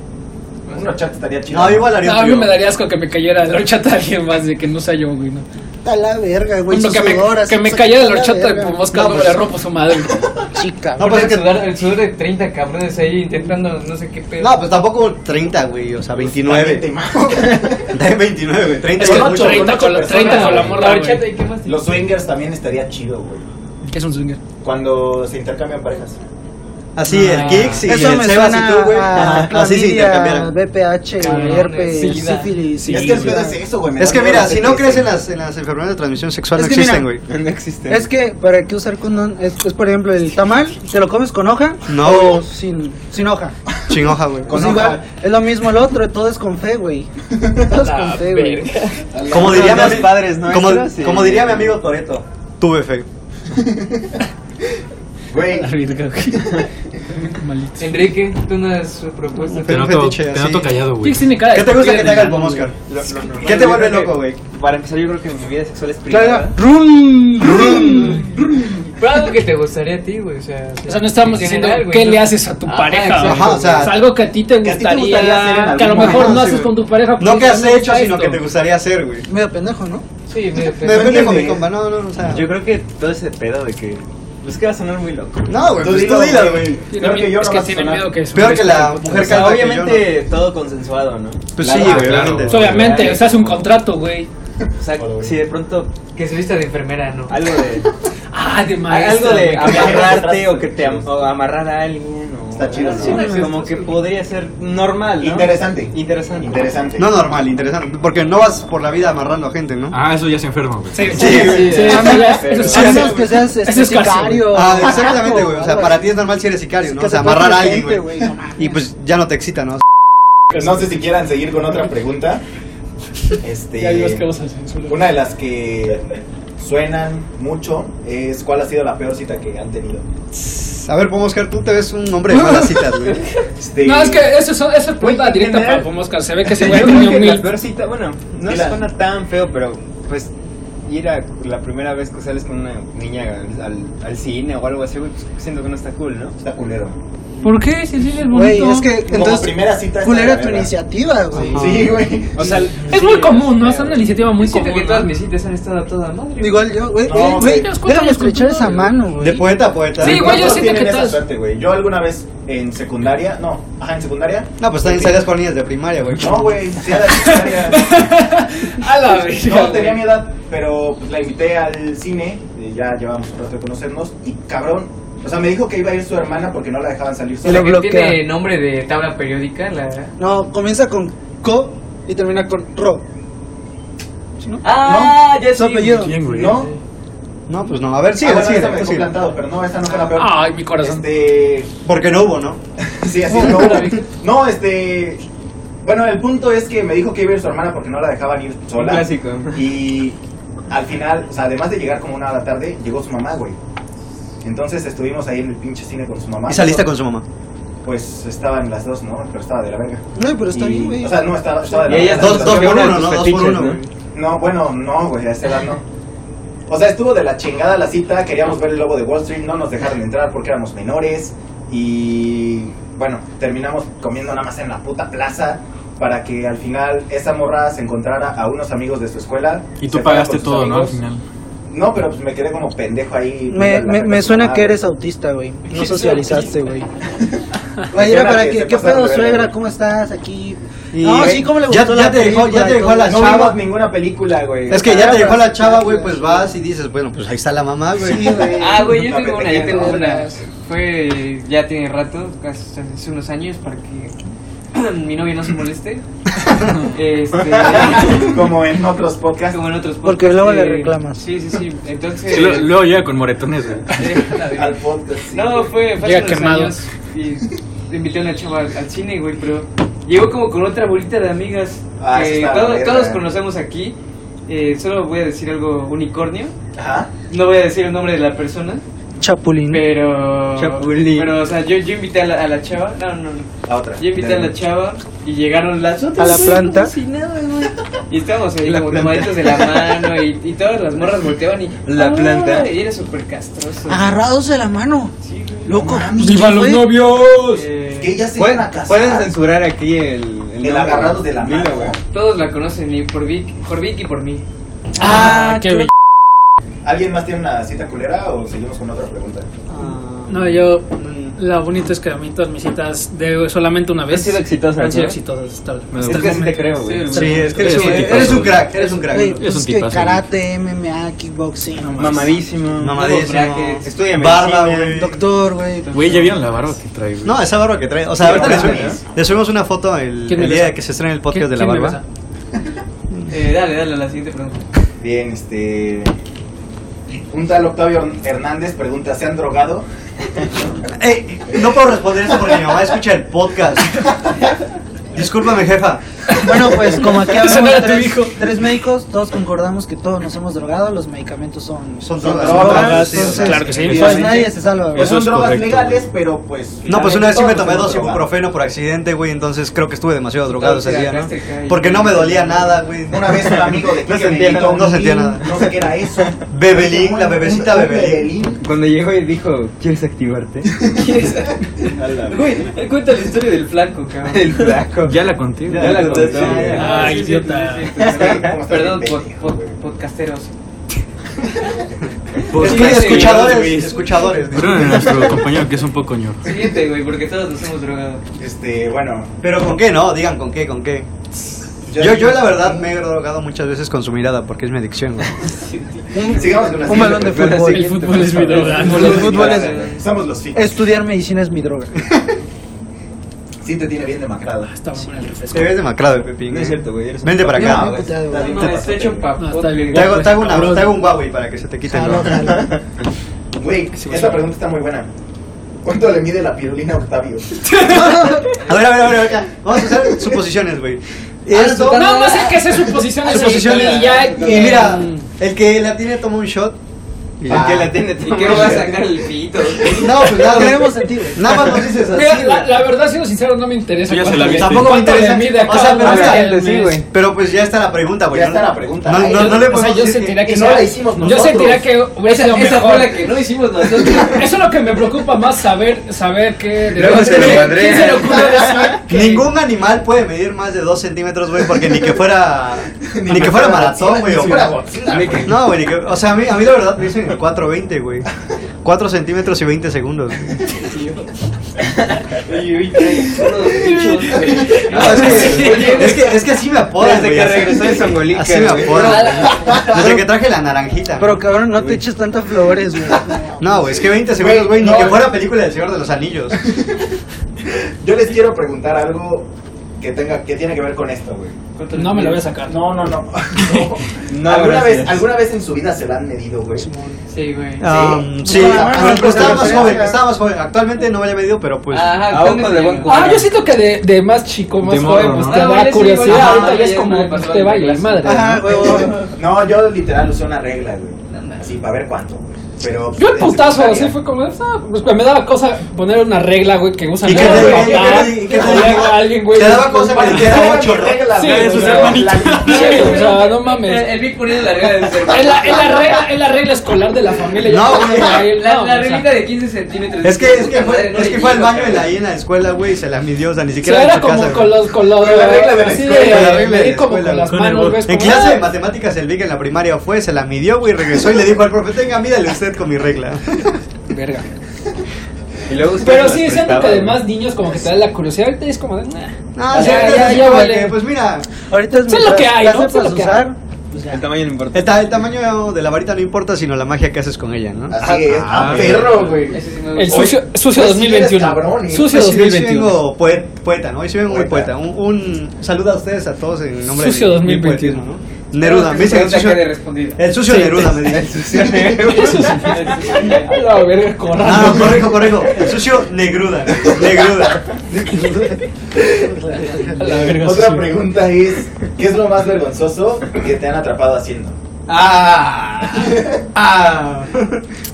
Speaker 1: Una horchata estaría chido.
Speaker 4: No, igual haría
Speaker 7: No,
Speaker 4: un
Speaker 7: a mí
Speaker 4: trío.
Speaker 7: me daría asco que me cayera la horchata a alguien más de que no sea yo, güey. ¿no?
Speaker 5: Está la verga, güey.
Speaker 7: Bueno,
Speaker 5: su
Speaker 7: que me,
Speaker 5: sudor, así,
Speaker 7: que me
Speaker 5: saca
Speaker 7: cayera la
Speaker 5: la
Speaker 7: horchata de
Speaker 5: verga.
Speaker 7: Pomosca,
Speaker 4: No,
Speaker 7: no,
Speaker 4: pues-
Speaker 7: le rompo su madre.
Speaker 5: Chica.
Speaker 4: No,
Speaker 3: Aparte
Speaker 4: pues es
Speaker 3: el,
Speaker 4: que.
Speaker 3: sudor, el sudor de 30 cabrones ahí intentando no sé qué pedo.
Speaker 4: No, pues tampoco 30, güey, o sea, 29.
Speaker 1: <laughs>
Speaker 4: También 29, güey. 30
Speaker 7: Es
Speaker 4: es
Speaker 7: que
Speaker 4: mucho.
Speaker 7: 30 con la, 30 con la
Speaker 1: La
Speaker 7: morra,
Speaker 3: horchata
Speaker 7: güey.
Speaker 3: y qué más.
Speaker 1: Los swingers también estaría chido, güey.
Speaker 7: ¿Qué es un swinger?
Speaker 1: Cuando se intercambian parejas.
Speaker 4: Así, el
Speaker 7: Ah.
Speaker 4: Kicks y
Speaker 5: Eso
Speaker 4: el
Speaker 5: me
Speaker 4: Sebas
Speaker 5: suena
Speaker 4: y tú, güey.
Speaker 5: a
Speaker 4: Ajá, Así se
Speaker 5: clamidia,
Speaker 4: intercambiaron.
Speaker 5: VPH,
Speaker 3: Cabrones,
Speaker 5: herpes,
Speaker 3: sida.
Speaker 5: sífilis.
Speaker 1: es que el pedo
Speaker 5: sida.
Speaker 1: es eso, güey. me
Speaker 4: Es
Speaker 1: da
Speaker 4: que
Speaker 1: miedo
Speaker 4: mira,
Speaker 1: los
Speaker 4: si no
Speaker 1: fetiches.
Speaker 4: crees en
Speaker 1: <laughs>
Speaker 4: las, en las enfermedades de transmisión sexual,
Speaker 5: Es
Speaker 4: no
Speaker 5: que
Speaker 4: existen, güey.
Speaker 5: mira,
Speaker 2: No
Speaker 1: Este,
Speaker 2: existe.
Speaker 5: Es que para qué usar condón es, es por ejemplo el tamal, ¿te lo comes con hoja?
Speaker 4: No.
Speaker 5: O sin, sin hoja.
Speaker 4: Chingoja, güey.
Speaker 5: Pues
Speaker 1: Con
Speaker 5: igual,
Speaker 1: hoja.
Speaker 5: es lo mismo el otro, todo es con fe, güey. Todo es con fe, güey.
Speaker 4: Como diría
Speaker 2: Los
Speaker 4: mi-
Speaker 2: padres, ¿no?
Speaker 4: Como,
Speaker 2: Eso sí.
Speaker 4: como diría mi amigo Toreto, tuve fe.
Speaker 1: Güey,
Speaker 7: La verga, güey. Malito.
Speaker 3: Enrique, tú no has su propuesta.
Speaker 4: Pero-
Speaker 8: Te
Speaker 4: un
Speaker 8: noto,
Speaker 4: fetiche
Speaker 8: te
Speaker 4: así.
Speaker 8: noto callado, güey.
Speaker 7: Kix tiene cara de
Speaker 4: ¿Qué te gusta
Speaker 7: estúpido
Speaker 4: que te
Speaker 7: de
Speaker 4: haga el
Speaker 7: mamón,
Speaker 4: Pomoscar?
Speaker 7: güey.
Speaker 4: ¿Qué te vuelve loco, güey?
Speaker 2: Para empezar, yo creo que mi vida sexual es
Speaker 5: Claro,
Speaker 2: privada.
Speaker 5: rum,
Speaker 3: Pero algo que te gustaría a ti, güey. O sea,
Speaker 7: O sea, no estamos diciendo qué le haces a tu
Speaker 3: Ah,
Speaker 7: pareja.
Speaker 3: exacto.
Speaker 7: güey.
Speaker 4: Ajá, o sea,
Speaker 7: es algo que a ti te
Speaker 1: que a ti te
Speaker 7: gustaría,
Speaker 1: gustaría hacer en algún
Speaker 7: que a lo mejor
Speaker 1: momento,
Speaker 7: no
Speaker 1: sí,
Speaker 7: haces
Speaker 1: güey.
Speaker 7: con tu pareja.
Speaker 4: No que
Speaker 7: porque
Speaker 4: has
Speaker 7: dices, "Me
Speaker 4: hecho,
Speaker 7: gusta
Speaker 4: sino que
Speaker 7: esto".
Speaker 4: te gustaría hacer, güey.
Speaker 5: Medio pendejo, ¿no?
Speaker 3: Sí, medio
Speaker 4: Me
Speaker 3: pedo.
Speaker 4: depende con mi
Speaker 1: de-
Speaker 4: compa, no, no, o sea.
Speaker 2: Yo creo que todo ese pedo de que. Pues que va a sonar muy loco.
Speaker 4: No, güey,
Speaker 1: Tú
Speaker 4: pues tú
Speaker 1: dilo,
Speaker 4: dilas,
Speaker 1: güey.
Speaker 4: güey.
Speaker 7: Tiene
Speaker 1: Creo
Speaker 7: miedo-
Speaker 1: que yo
Speaker 7: es
Speaker 1: no
Speaker 7: que
Speaker 1: vas a
Speaker 7: tiene
Speaker 1: sonar.
Speaker 7: miedo que eso.
Speaker 4: Peor que la mujer
Speaker 2: O sea,
Speaker 4: canta que yo,
Speaker 2: obviamente todo consensuado, ¿no?
Speaker 4: ¿no? Pues sí,
Speaker 2: Claro,
Speaker 4: güey,
Speaker 8: claro.
Speaker 4: obviamente.
Speaker 7: Pues obviamente, o sea, es un contrato, güey.
Speaker 2: O sea, si de pronto
Speaker 3: Que se vista de enfermera, ¿no?
Speaker 2: algo de.
Speaker 7: Ah, de maestro.
Speaker 2: algo de
Speaker 7: güey.
Speaker 2: amarrarte o que te am- o amarrar a alguien. O,
Speaker 1: Está chido,
Speaker 2: Sí,
Speaker 1: ¿no?
Speaker 2: Como que podría ser normal, ¿no?
Speaker 1: Interesante.
Speaker 2: Interesante.
Speaker 1: Interesante.
Speaker 4: No normal, interesante. Porque no vas por la vida amarrando a gente, ¿no?
Speaker 8: Ah, eso ya se enferma, güey.
Speaker 7: Sí, sí,
Speaker 4: Sí, güey.
Speaker 7: sí. sí,
Speaker 5: A
Speaker 7: sí,
Speaker 5: menos,
Speaker 7: ya, eso sí,
Speaker 5: a
Speaker 7: sí,
Speaker 5: menos
Speaker 7: güey.
Speaker 5: que seas
Speaker 7: Ese
Speaker 5: este,
Speaker 7: es caso,
Speaker 5: sicario.
Speaker 4: Ah, exactamente, güey. O sea, para ti es normal si eres sicario, ¿no?
Speaker 5: Que
Speaker 4: O sea,
Speaker 5: te
Speaker 4: amarrar a
Speaker 5: toque
Speaker 4: alguien,
Speaker 5: gente,
Speaker 4: güey.
Speaker 5: güey, no mames.
Speaker 4: Y pues ya no te excita, ¿no?
Speaker 1: No sé si quieran seguir con otra pregunta. Este,
Speaker 7: Ya Dios, ¿qué vas a hacer?
Speaker 1: una de las que suenan mucho es cuál ha sido la peor cita que han tenido.
Speaker 4: A ver, podemos Oscar, tú te ves un hombre
Speaker 2: <laughs>
Speaker 4: de malas citas, güey.
Speaker 1: Este,
Speaker 7: No, es que eso, eso, eso es pregunta
Speaker 2: Güey,
Speaker 7: directa
Speaker 2: en
Speaker 7: para
Speaker 2: general-
Speaker 7: Pomosca. Se ve que ese
Speaker 2: Yo
Speaker 7: güey
Speaker 2: creo
Speaker 7: tenía
Speaker 2: que
Speaker 7: un
Speaker 2: la
Speaker 7: mil.
Speaker 2: peor cita, bueno, no
Speaker 1: Mira.
Speaker 2: suena tan feo, pero pues ir a la primera vez que sales con una niña al, al- al cine o algo así, güey, pues, siento que no está cool, ¿no?
Speaker 1: Está culero.
Speaker 7: ¿Por qué? Si sí, es
Speaker 5: Güey, es que
Speaker 1: Como
Speaker 5: entonces
Speaker 1: primera cita está
Speaker 5: culera
Speaker 1: la
Speaker 5: tu
Speaker 1: verga.
Speaker 5: iniciativa, güey.
Speaker 1: Sí, güey.
Speaker 2: O sea,
Speaker 7: Es muy común, ¿no? Es una iniciativa muy
Speaker 3: Siento
Speaker 7: común.
Speaker 3: que todas
Speaker 7: ¿no?
Speaker 3: mis citas han estado a toda madre.
Speaker 5: Igual yo, güey,
Speaker 1: No,
Speaker 5: eh,
Speaker 1: güey,
Speaker 5: güey,
Speaker 7: los cuatro
Speaker 5: déjame
Speaker 7: años con
Speaker 5: estrechar
Speaker 7: todo,
Speaker 5: esa
Speaker 7: güey.
Speaker 5: mano, güey.
Speaker 4: De poeta a poeta.
Speaker 7: Sí, güey, yo
Speaker 1: Todos
Speaker 7: siento
Speaker 1: tienen
Speaker 7: que
Speaker 1: esa
Speaker 7: todas-
Speaker 1: suerte, güey. Yo alguna vez en secundaria, no, ajá, en secundaria.
Speaker 4: No, pues también salías con niñas de primaria, güey.
Speaker 1: No, güey, sí
Speaker 7: <laughs>
Speaker 1: era secundaria.
Speaker 7: A la verga.
Speaker 1: Pues, No, tenía
Speaker 7: güey.
Speaker 1: mi edad, pero pues, la invité al cine, eh, ya llevamos un rato de conocernos, y cabrón, o sea, me dijo que iba a ir su hermana porque no la dejaban salir
Speaker 5: Y
Speaker 1: sola.
Speaker 5: lo
Speaker 3: La que
Speaker 5: bloquea.
Speaker 3: tiene nombre de tabla periódica, la.
Speaker 5: No, comienza con co y termina con ro.
Speaker 3: Ah, ya
Speaker 5: Su
Speaker 3: sí.
Speaker 5: apellido.
Speaker 8: ¿Quién, güey?
Speaker 1: ¿No?
Speaker 4: No, pues no. A ver,
Speaker 1: Sí,
Speaker 4: sí,
Speaker 1: ah, bueno,
Speaker 4: sí,
Speaker 1: esa me dejó
Speaker 4: sí.
Speaker 1: plantado, pero no, esa no fue la peor.
Speaker 7: Ay, mi corazón.
Speaker 1: Este,
Speaker 4: Porque no hubo, ¿no?
Speaker 1: sí, así
Speaker 7: <laughs>
Speaker 1: no, no, este, bueno, el punto es que me dijo que iba a ir su hermana porque no la dejaban ir
Speaker 2: un
Speaker 1: sola.
Speaker 2: clásico.
Speaker 1: Y al final, o sea, además de llegar como una hora tarde, llegó su mamá, güey. Entonces estuvimos ahí en el pinche cine con su mamá.
Speaker 4: Y saliste con su mamá.
Speaker 1: Pues estaban las dos, ¿no? Pero estaba de la verga.
Speaker 5: No, pero está
Speaker 1: Y-
Speaker 5: bien, güey.
Speaker 1: O sea, no, estaba, estaba de la
Speaker 2: Y ellas
Speaker 1: verga.
Speaker 4: Dos, dos por
Speaker 2: Uno de
Speaker 4: uno,
Speaker 2: tus
Speaker 4: ¿no? Dos por
Speaker 2: fetiches,
Speaker 4: uno,
Speaker 2: ¿no?
Speaker 4: güey.
Speaker 1: No, bueno, no, güey, a esa edad no. O sea, estuvo de la chingada la cita, queríamos ver el logo de Wall Street, no nos dejaron entrar porque éramos menores y bueno, terminamos comiendo nada más en la puta plaza para que al final esa morra se encontrara a unos amigos de su escuela. se
Speaker 8: Y tú
Speaker 1: fuera con
Speaker 8: pagaste
Speaker 1: sus
Speaker 8: todo, ¿no? Al
Speaker 1: amigos.
Speaker 8: final.
Speaker 1: No, pero pues me quedé como pendejo ahí.
Speaker 5: me, me, me suena que eres
Speaker 1: a...
Speaker 5: autista, güey. No socializaste, güey. Oye,
Speaker 1: Escena
Speaker 5: para
Speaker 1: que
Speaker 5: que,
Speaker 1: se
Speaker 5: ¿qué
Speaker 1: pasaron
Speaker 5: pedo,
Speaker 1: de verga,
Speaker 5: suegra?
Speaker 1: güey.
Speaker 5: ¿Cómo estás aquí?
Speaker 4: Y,
Speaker 5: no,
Speaker 4: güey,
Speaker 5: sí, ¿cómo le
Speaker 4: ya-
Speaker 5: gustó
Speaker 4: ya
Speaker 5: la
Speaker 4: te dejó-
Speaker 5: película
Speaker 4: ya te
Speaker 5: y
Speaker 4: dejó
Speaker 5: todo
Speaker 4: la
Speaker 5: eso?
Speaker 1: No
Speaker 4: Chava.
Speaker 1: vimos ninguna película, güey.
Speaker 4: Es que ya te dejó la
Speaker 1: Ah,
Speaker 4: chava, güey, pues vas y dices, bueno, pues ahí está la mamá, güey.
Speaker 5: Sí, güey.
Speaker 3: Ah, güey, yo
Speaker 1: No,
Speaker 3: tengo
Speaker 1: que
Speaker 3: una,
Speaker 1: te
Speaker 3: yo tengo
Speaker 1: quedas
Speaker 3: una.
Speaker 1: atrás.
Speaker 3: Fue ya tiene rato, casi hace unos años, para que <clears throat> mi novia no se moleste.
Speaker 2: <laughs>
Speaker 3: Este,
Speaker 1: <laughs> Como en otros podcasts.
Speaker 3: como en otros
Speaker 5: Porque luego le
Speaker 3: eh,
Speaker 5: reclamas.
Speaker 3: Sí, sí, sí. Entonces.
Speaker 6: Sí, lo- Luego llega con moretones,
Speaker 4: <laughs>
Speaker 6: güey.
Speaker 3: eh, la verdad.
Speaker 1: Al podcast. sí.
Speaker 3: No, fue, fue
Speaker 7: Llega
Speaker 3: hace unos
Speaker 7: quemado.
Speaker 3: años y le invité a una chava al, al cine, güey, pero llegó como con otra bolita de amigas
Speaker 1: Ah, eso
Speaker 3: que
Speaker 1: está
Speaker 3: todo-
Speaker 1: verga.
Speaker 3: todos conocemos aquí. Eh, solo voy a decir algo unicornio.
Speaker 1: Ajá.
Speaker 3: No voy a decir el nombre de la persona,
Speaker 5: Chapulín.
Speaker 3: pero.
Speaker 4: Chapulín.
Speaker 3: Pero, o sea, yo, yo invité a la, a la chava. No, no, no.
Speaker 1: La otra.
Speaker 3: Yo invité a la chava y llegaron las otras.
Speaker 5: A la
Speaker 3: güey,
Speaker 5: planta.
Speaker 3: como si nada, güey. Y estábamos ahí
Speaker 4: La
Speaker 3: como
Speaker 4: planta.
Speaker 3: tomaditos de la mano y, y todas las morras volteaban y.
Speaker 4: La
Speaker 3: "Ah",
Speaker 4: planta.
Speaker 3: Y era súper castroso.
Speaker 5: Agarrados de la mano.
Speaker 3: Sí, güey.
Speaker 5: Loco. pues,
Speaker 7: ¡Viva
Speaker 5: ¿qué
Speaker 7: los
Speaker 1: Pues,
Speaker 5: fue?
Speaker 7: novios!
Speaker 3: Eh,
Speaker 1: Que ya se
Speaker 2: Pueden,
Speaker 1: van a casar.
Speaker 2: pueden censurar aquí el.
Speaker 1: El
Speaker 2: nombre,
Speaker 1: agarrado
Speaker 2: güey.
Speaker 1: de la
Speaker 2: Dilo,
Speaker 1: mano.
Speaker 2: güey.
Speaker 3: Todos la conocen y por Vic, por Vic y por mí.
Speaker 7: Ah, qué bello.
Speaker 1: ¿Alguien más tiene una cita culera o seguimos con otra pregunta?
Speaker 5: Ah.
Speaker 7: No, yo. mm, Lo bonito es que a mí todas mis citas de solamente una
Speaker 2: Han
Speaker 7: vez
Speaker 2: sido exitosas,
Speaker 7: han
Speaker 3: ¿eh?
Speaker 7: sido
Speaker 2: ¿no?
Speaker 7: exitosas. Hasta, el-
Speaker 6: Me
Speaker 7: hasta
Speaker 2: Es
Speaker 7: el
Speaker 2: que sí te
Speaker 7: momento.
Speaker 2: creo, güey.
Speaker 3: Sí,
Speaker 4: Sí, es que eres,
Speaker 6: Eres
Speaker 4: un,
Speaker 6: un tipazo,
Speaker 4: eres un
Speaker 6: güey.
Speaker 4: crack, eres un crack.
Speaker 5: Güey,
Speaker 6: Es un
Speaker 5: pues, que
Speaker 6: tipazo, güey.
Speaker 5: karate, MMA, kickboxing. no mames.
Speaker 2: Mamadísimo.
Speaker 4: Mamadísimo.
Speaker 3: brackets.
Speaker 2: Estudia
Speaker 4: Barba,
Speaker 2: medicina.
Speaker 4: güey.
Speaker 5: Doctor, güey.
Speaker 6: Güey, ya vieron la barba que trae, güey.
Speaker 4: No, esa barba que trae. O sea, ahorita le
Speaker 1: Pero,
Speaker 4: subimos, le subimos una foto el,
Speaker 7: ¿Quién me
Speaker 4: el día
Speaker 7: besa?
Speaker 4: que se estrena el podcast
Speaker 7: ¿Quién-
Speaker 4: de la
Speaker 7: quién me
Speaker 4: barba.
Speaker 7: besa?
Speaker 3: Eh, dale, dale a la siguiente pregunta.
Speaker 1: Bien, este. Un tal Octavio Hernández pregunta: ¿se han drogado?
Speaker 4: Ey, no puedo responder eso porque mi mamá escucha el podcast. Discúlpame, jefa.
Speaker 5: Bueno, pues como aquí hablamos
Speaker 7: era tu
Speaker 5: tres,
Speaker 7: hijo.
Speaker 5: tres médicos, todos concordamos que todos nos hemos drogado, los medicamentos son...
Speaker 4: Son
Speaker 1: Son
Speaker 4: drogas.
Speaker 1: drogas,
Speaker 4: drogas, sí,
Speaker 5: entonces,
Speaker 4: o sea,
Speaker 7: claro que sí,
Speaker 5: Pues
Speaker 7: obviamente.
Speaker 5: nadie se salva, güey.
Speaker 1: Pues son
Speaker 6: es
Speaker 1: drogas
Speaker 6: correcto,
Speaker 1: legales, pero pues.
Speaker 4: No, pues una vez sí me tomé dos
Speaker 1: profe
Speaker 4: ibuprofeno por accidente, güey, entonces creo que estuve demasiado drogado ese
Speaker 3: Entonces,
Speaker 4: día, ¿no?
Speaker 3: acá se cae.
Speaker 4: Porque no me dolía nada, güey.
Speaker 1: este, Una vez un
Speaker 4: <laughs>
Speaker 1: amigo de
Speaker 4: No
Speaker 1: Kike me
Speaker 4: sentía
Speaker 1: invitó
Speaker 4: nada,
Speaker 1: un
Speaker 4: no sentía
Speaker 1: gin,
Speaker 4: nada.
Speaker 1: No sé qué era eso.
Speaker 4: Bebelín, la
Speaker 1: Un-
Speaker 4: bebecita
Speaker 1: un
Speaker 4: Bebelín.
Speaker 2: Cuando llegó y dijo, ¿quieres activarte?
Speaker 3: <laughs> Güey, cuenta la historia del flanco, cabrón.
Speaker 2: el flaco.
Speaker 6: Ya la conté. güey.
Speaker 2: Ya la conté.
Speaker 3: Ah,
Speaker 7: Ay,
Speaker 3: sí, sí,
Speaker 7: idiota.
Speaker 3: sí, sí,
Speaker 7: <laughs>
Speaker 3: sí, sí.
Speaker 1: Como
Speaker 3: Perdón,
Speaker 1: está
Speaker 3: pod-
Speaker 1: bien
Speaker 3: pod-
Speaker 1: pendejo,
Speaker 3: podcasteros.
Speaker 4: Es
Speaker 6: Podcast.
Speaker 4: que
Speaker 6: güey.
Speaker 4: escuchadores, escuchadores.
Speaker 6: Perdón a nuestro compañero que es un poco ñor.
Speaker 3: Siguiente, güey, porque todos nos hemos drogado.
Speaker 1: Este, bueno.
Speaker 4: Pero con qué, no, digan con qué, con qué. Yo, yo la verdad me he drogado muchas veces con su mirada porque es mi
Speaker 1: <laughs>
Speaker 4: adicción, güey.
Speaker 1: Sigamos con la
Speaker 5: Un balón
Speaker 1: siguiente
Speaker 5: de
Speaker 1: pregunta.
Speaker 5: fútbol.
Speaker 7: El fútbol es mi droga.
Speaker 1: Somos
Speaker 5: El
Speaker 1: los
Speaker 5: fútbol
Speaker 1: ficas,
Speaker 5: es-
Speaker 1: güey. Somos los ficas.
Speaker 5: Estudiar medicina es mi droga.
Speaker 1: Sí te tiene bien demacrada.
Speaker 7: Estaba mal el refresco.
Speaker 4: Te ves demacrado, el Pepín. ¿eh?
Speaker 2: No es cierto, güey. eres un-
Speaker 4: Vente para
Speaker 5: Yo
Speaker 4: acá.
Speaker 5: me he puteado, güey.
Speaker 1: Está
Speaker 3: No,
Speaker 1: bien,
Speaker 3: está hecho un
Speaker 7: No, está
Speaker 3: papote,
Speaker 7: bien.
Speaker 4: Te
Speaker 3: güey.
Speaker 4: hago, te hago una-
Speaker 7: Cabrón.
Speaker 4: te hago un Huawei para que se te quite el
Speaker 5: Jalo,
Speaker 4: dolor.
Speaker 5: jalo.
Speaker 1: <laughs> Güey, esta pregunta está muy buena. ¿Cuánto le mide la pirulina a Octavio?
Speaker 4: A ver, a ver, a ver, a ver. Vamos a hacer suposiciones, güey. Esto,
Speaker 7: No, no sé qué es su posición. es
Speaker 4: suposiciones.
Speaker 7: ahí, ya,
Speaker 4: Y mira, el que la tiene toma un shot. Y el
Speaker 1: Ah.
Speaker 4: que la tiene
Speaker 3: ¿Y
Speaker 4: toma
Speaker 3: qué
Speaker 4: un
Speaker 3: va a <laughs>
Speaker 4: shot.
Speaker 3: sacar el pito?
Speaker 4: No, pues nada. güey.
Speaker 5: Tenemos sentido.
Speaker 4: Nada más nos dices así,
Speaker 7: Mira, la,
Speaker 4: güey.
Speaker 7: la verdad, siendo sincero, no me interesa.
Speaker 6: Tú ya se
Speaker 7: cuánto-
Speaker 6: la viste.
Speaker 4: Tampoco me
Speaker 7: cuánto
Speaker 4: interesa.
Speaker 7: le mide a
Speaker 4: O sea,
Speaker 7: cada
Speaker 4: pero
Speaker 7: uno
Speaker 4: está-
Speaker 7: del
Speaker 2: sí,
Speaker 7: mes.
Speaker 2: güey.
Speaker 4: Pero pues ya está la pregunta, güey.
Speaker 1: Ya
Speaker 4: No-
Speaker 1: está la pregunta.
Speaker 4: No, no,
Speaker 1: Ay,
Speaker 4: no le
Speaker 7: o sea,
Speaker 4: podemos
Speaker 7: yo
Speaker 4: decir
Speaker 7: sentiría que
Speaker 1: Y no
Speaker 7: sea-
Speaker 1: la hicimos
Speaker 7: Yo
Speaker 1: nosotros.
Speaker 7: sentiría que hubiera
Speaker 3: Esa,
Speaker 7: sido
Speaker 3: esa fue
Speaker 7: mejor.
Speaker 3: la que no hicimos nosotros.
Speaker 7: <laughs> Eso es lo que me preocupa más, saber, saber que...
Speaker 2: Luego se lo madrea.
Speaker 7: ¿Quién se
Speaker 4: <laughs>
Speaker 7: le ocurre decir que-
Speaker 4: Ningún animal puede medir más de 2 centímetros, güey, porque ni que <laughs> fuera. ni que fuera maratón, güey. o
Speaker 1: Si fuera Godzilla,
Speaker 4: Ni que- No, güey, ni que- o sea, a mí, a mí la verdad me dicen 4.20, güey. 4 centímetros y 20 segundos.
Speaker 3: Uy, uy, todos bichos, güey.
Speaker 4: No, es, <laughs>
Speaker 1: <laughs>
Speaker 4: que, es, que, es que así me apodan,
Speaker 2: Desde
Speaker 4: güey,
Speaker 2: que
Speaker 4: así-
Speaker 2: regresó de Zongolica,
Speaker 4: Así me
Speaker 2: güey.
Speaker 4: apodan. Desde que traje la naranjita.
Speaker 5: Pero cabrón, no te eches tantas flores, güey.
Speaker 4: No, güey, es que 20 segundos,
Speaker 1: Güey,
Speaker 4: güey, ni
Speaker 1: no.
Speaker 4: que fuera película del Señor de los Anillos.
Speaker 1: Yo les quiero preguntar algo que tenga que tiene que ver con esto, güey.
Speaker 3: ¿Cuánto le
Speaker 7: No me
Speaker 3: mide?
Speaker 7: lo voy a sacar.
Speaker 1: No, no, no.
Speaker 2: No,
Speaker 1: ¿Alguna,
Speaker 2: gracias.
Speaker 1: vez, ¿Alguna vez en su vida se la han medido, güey? <laughs>
Speaker 3: Sí, güey.
Speaker 4: Um, sí,
Speaker 5: No,
Speaker 4: ah,
Speaker 5: no,
Speaker 4: cuando
Speaker 5: no,
Speaker 4: estaba
Speaker 5: no,
Speaker 4: más
Speaker 5: no,
Speaker 4: joven,
Speaker 5: no.
Speaker 4: estaba más joven. Actualmente no me haya medido, pero pues.
Speaker 3: Ajá,
Speaker 2: a ojo
Speaker 3: ¿cuándo
Speaker 2: de
Speaker 3: se
Speaker 2: buen
Speaker 3: llama?
Speaker 2: cubo.
Speaker 7: Ah, yo siento que de, de más chico, más
Speaker 6: De morro,
Speaker 7: joven, pues
Speaker 6: ¿no?
Speaker 7: te
Speaker 3: Ah,
Speaker 7: da
Speaker 3: güey, sí,
Speaker 7: curiosidad.
Speaker 3: igual.
Speaker 7: Ahorita ya es
Speaker 3: Ah, ya
Speaker 7: como,
Speaker 3: me pasó
Speaker 7: te
Speaker 3: la
Speaker 7: bailas,
Speaker 3: regla.
Speaker 7: madre.
Speaker 5: Ajá,
Speaker 7: ¿no?
Speaker 5: güey.
Speaker 1: No, yo literal usé una regla, güey. Así, para ver cuánto. güey. Pero
Speaker 7: Yo el putazo, así fue como, ah, pues me daba cosa poner una regla, güey, que usan
Speaker 4: ¿Y qué
Speaker 7: luego
Speaker 4: te-
Speaker 7: mi
Speaker 4: y qué
Speaker 7: papá,
Speaker 4: te- y qué te-
Speaker 7: o luego alguien, güey.
Speaker 4: Te daba cosa que te daba ocho, ¿no?
Speaker 1: reglas,
Speaker 7: Sí,
Speaker 1: güey,
Speaker 7: o
Speaker 1: la-
Speaker 7: sea,
Speaker 1: la-
Speaker 7: manito. Sí, o sea, no mames.
Speaker 3: El, el Vic poniendo la regla de su
Speaker 7: Es la,
Speaker 3: hermano.
Speaker 7: es la regla, es la regla escolar de la familia. ya
Speaker 4: No,
Speaker 7: que
Speaker 4: güey.
Speaker 7: la- la-
Speaker 3: La, la
Speaker 7: o sea,
Speaker 3: reglita de 15 centímetros.
Speaker 4: Es que, es que
Speaker 3: Madre,
Speaker 4: fue,
Speaker 3: no
Speaker 4: es
Speaker 3: le
Speaker 4: que fue al
Speaker 3: llego,
Speaker 4: baño de la
Speaker 3: cabrón.
Speaker 4: ahí en la escuela, güey, y se la midió, o sea, ni
Speaker 7: Sí,
Speaker 4: siquiera
Speaker 7: era
Speaker 4: en su
Speaker 7: como
Speaker 4: casa,
Speaker 7: con
Speaker 4: güey.
Speaker 7: los con los
Speaker 1: Con la regla de la
Speaker 7: así
Speaker 1: escuela,
Speaker 4: con la regla de
Speaker 7: medir
Speaker 4: la
Speaker 7: como con
Speaker 4: escuela,
Speaker 7: las
Speaker 6: con el
Speaker 7: manos
Speaker 6: bol.
Speaker 7: ves
Speaker 4: En
Speaker 7: como,
Speaker 4: clase de
Speaker 7: ah,
Speaker 4: matemáticas el Vic en la primaria fue, se la <laughs> midió, güey, regresó y le dijo al profe, tenga, mídale usted con mi regla.
Speaker 7: verga
Speaker 2: Y luego ustedes
Speaker 7: Pero
Speaker 2: las
Speaker 7: sí, siento que
Speaker 2: prestaban.
Speaker 7: además niños como que te da la curiosidad. Ahorita es como de. nah.
Speaker 4: Ah,
Speaker 7: O
Speaker 4: sí,
Speaker 7: sea,
Speaker 4: ya,
Speaker 7: ya-
Speaker 4: ya,
Speaker 7: ya vale.
Speaker 4: vale. Pues mira,
Speaker 5: Ahorita es
Speaker 7: Eso es lo que hay,
Speaker 5: mientras
Speaker 7: ¿no?
Speaker 5: la
Speaker 7: Eso es lo
Speaker 5: sepas
Speaker 7: que hay.
Speaker 5: usar. Pues
Speaker 2: El tamaño no importa.
Speaker 4: el, ta- el tamaño de la varita no importa, sino la magia que haces con ella, ¿no?
Speaker 1: Así es.
Speaker 6: Ah,
Speaker 1: Ah, perro, güey.
Speaker 3: <laughs> Ese sí me
Speaker 7: El
Speaker 3: gusta.
Speaker 7: sucio, sucio
Speaker 1: pues sí eres
Speaker 7: 2021.
Speaker 1: cabrón, ¿eh?
Speaker 7: sucio
Speaker 4: Pues sí, hoy sí
Speaker 7: 2021.
Speaker 4: vengo poe- poeta, ¿no? Hoy sí vengo muy
Speaker 1: Poeta.
Speaker 4: poeta. Un, un saludo a ustedes a todos en nombre
Speaker 7: Sucio
Speaker 4: de
Speaker 7: 2021.
Speaker 4: poetismo, ¿no? Neruda, me dicen el sucio,
Speaker 3: de
Speaker 4: <laughs>
Speaker 3: respondida.
Speaker 4: el sucio Neruda, me
Speaker 7: <laughs>
Speaker 4: dicen.
Speaker 7: La verga, corra.
Speaker 4: Ah, no, corrijo, corrijo. El sucio Negruda. Negruda.
Speaker 7: La verga,
Speaker 1: Otra
Speaker 7: sucio.
Speaker 1: pregunta es, ¿qué es lo más vergonzoso que te han atrapado haciendo?
Speaker 4: Ah. Ah.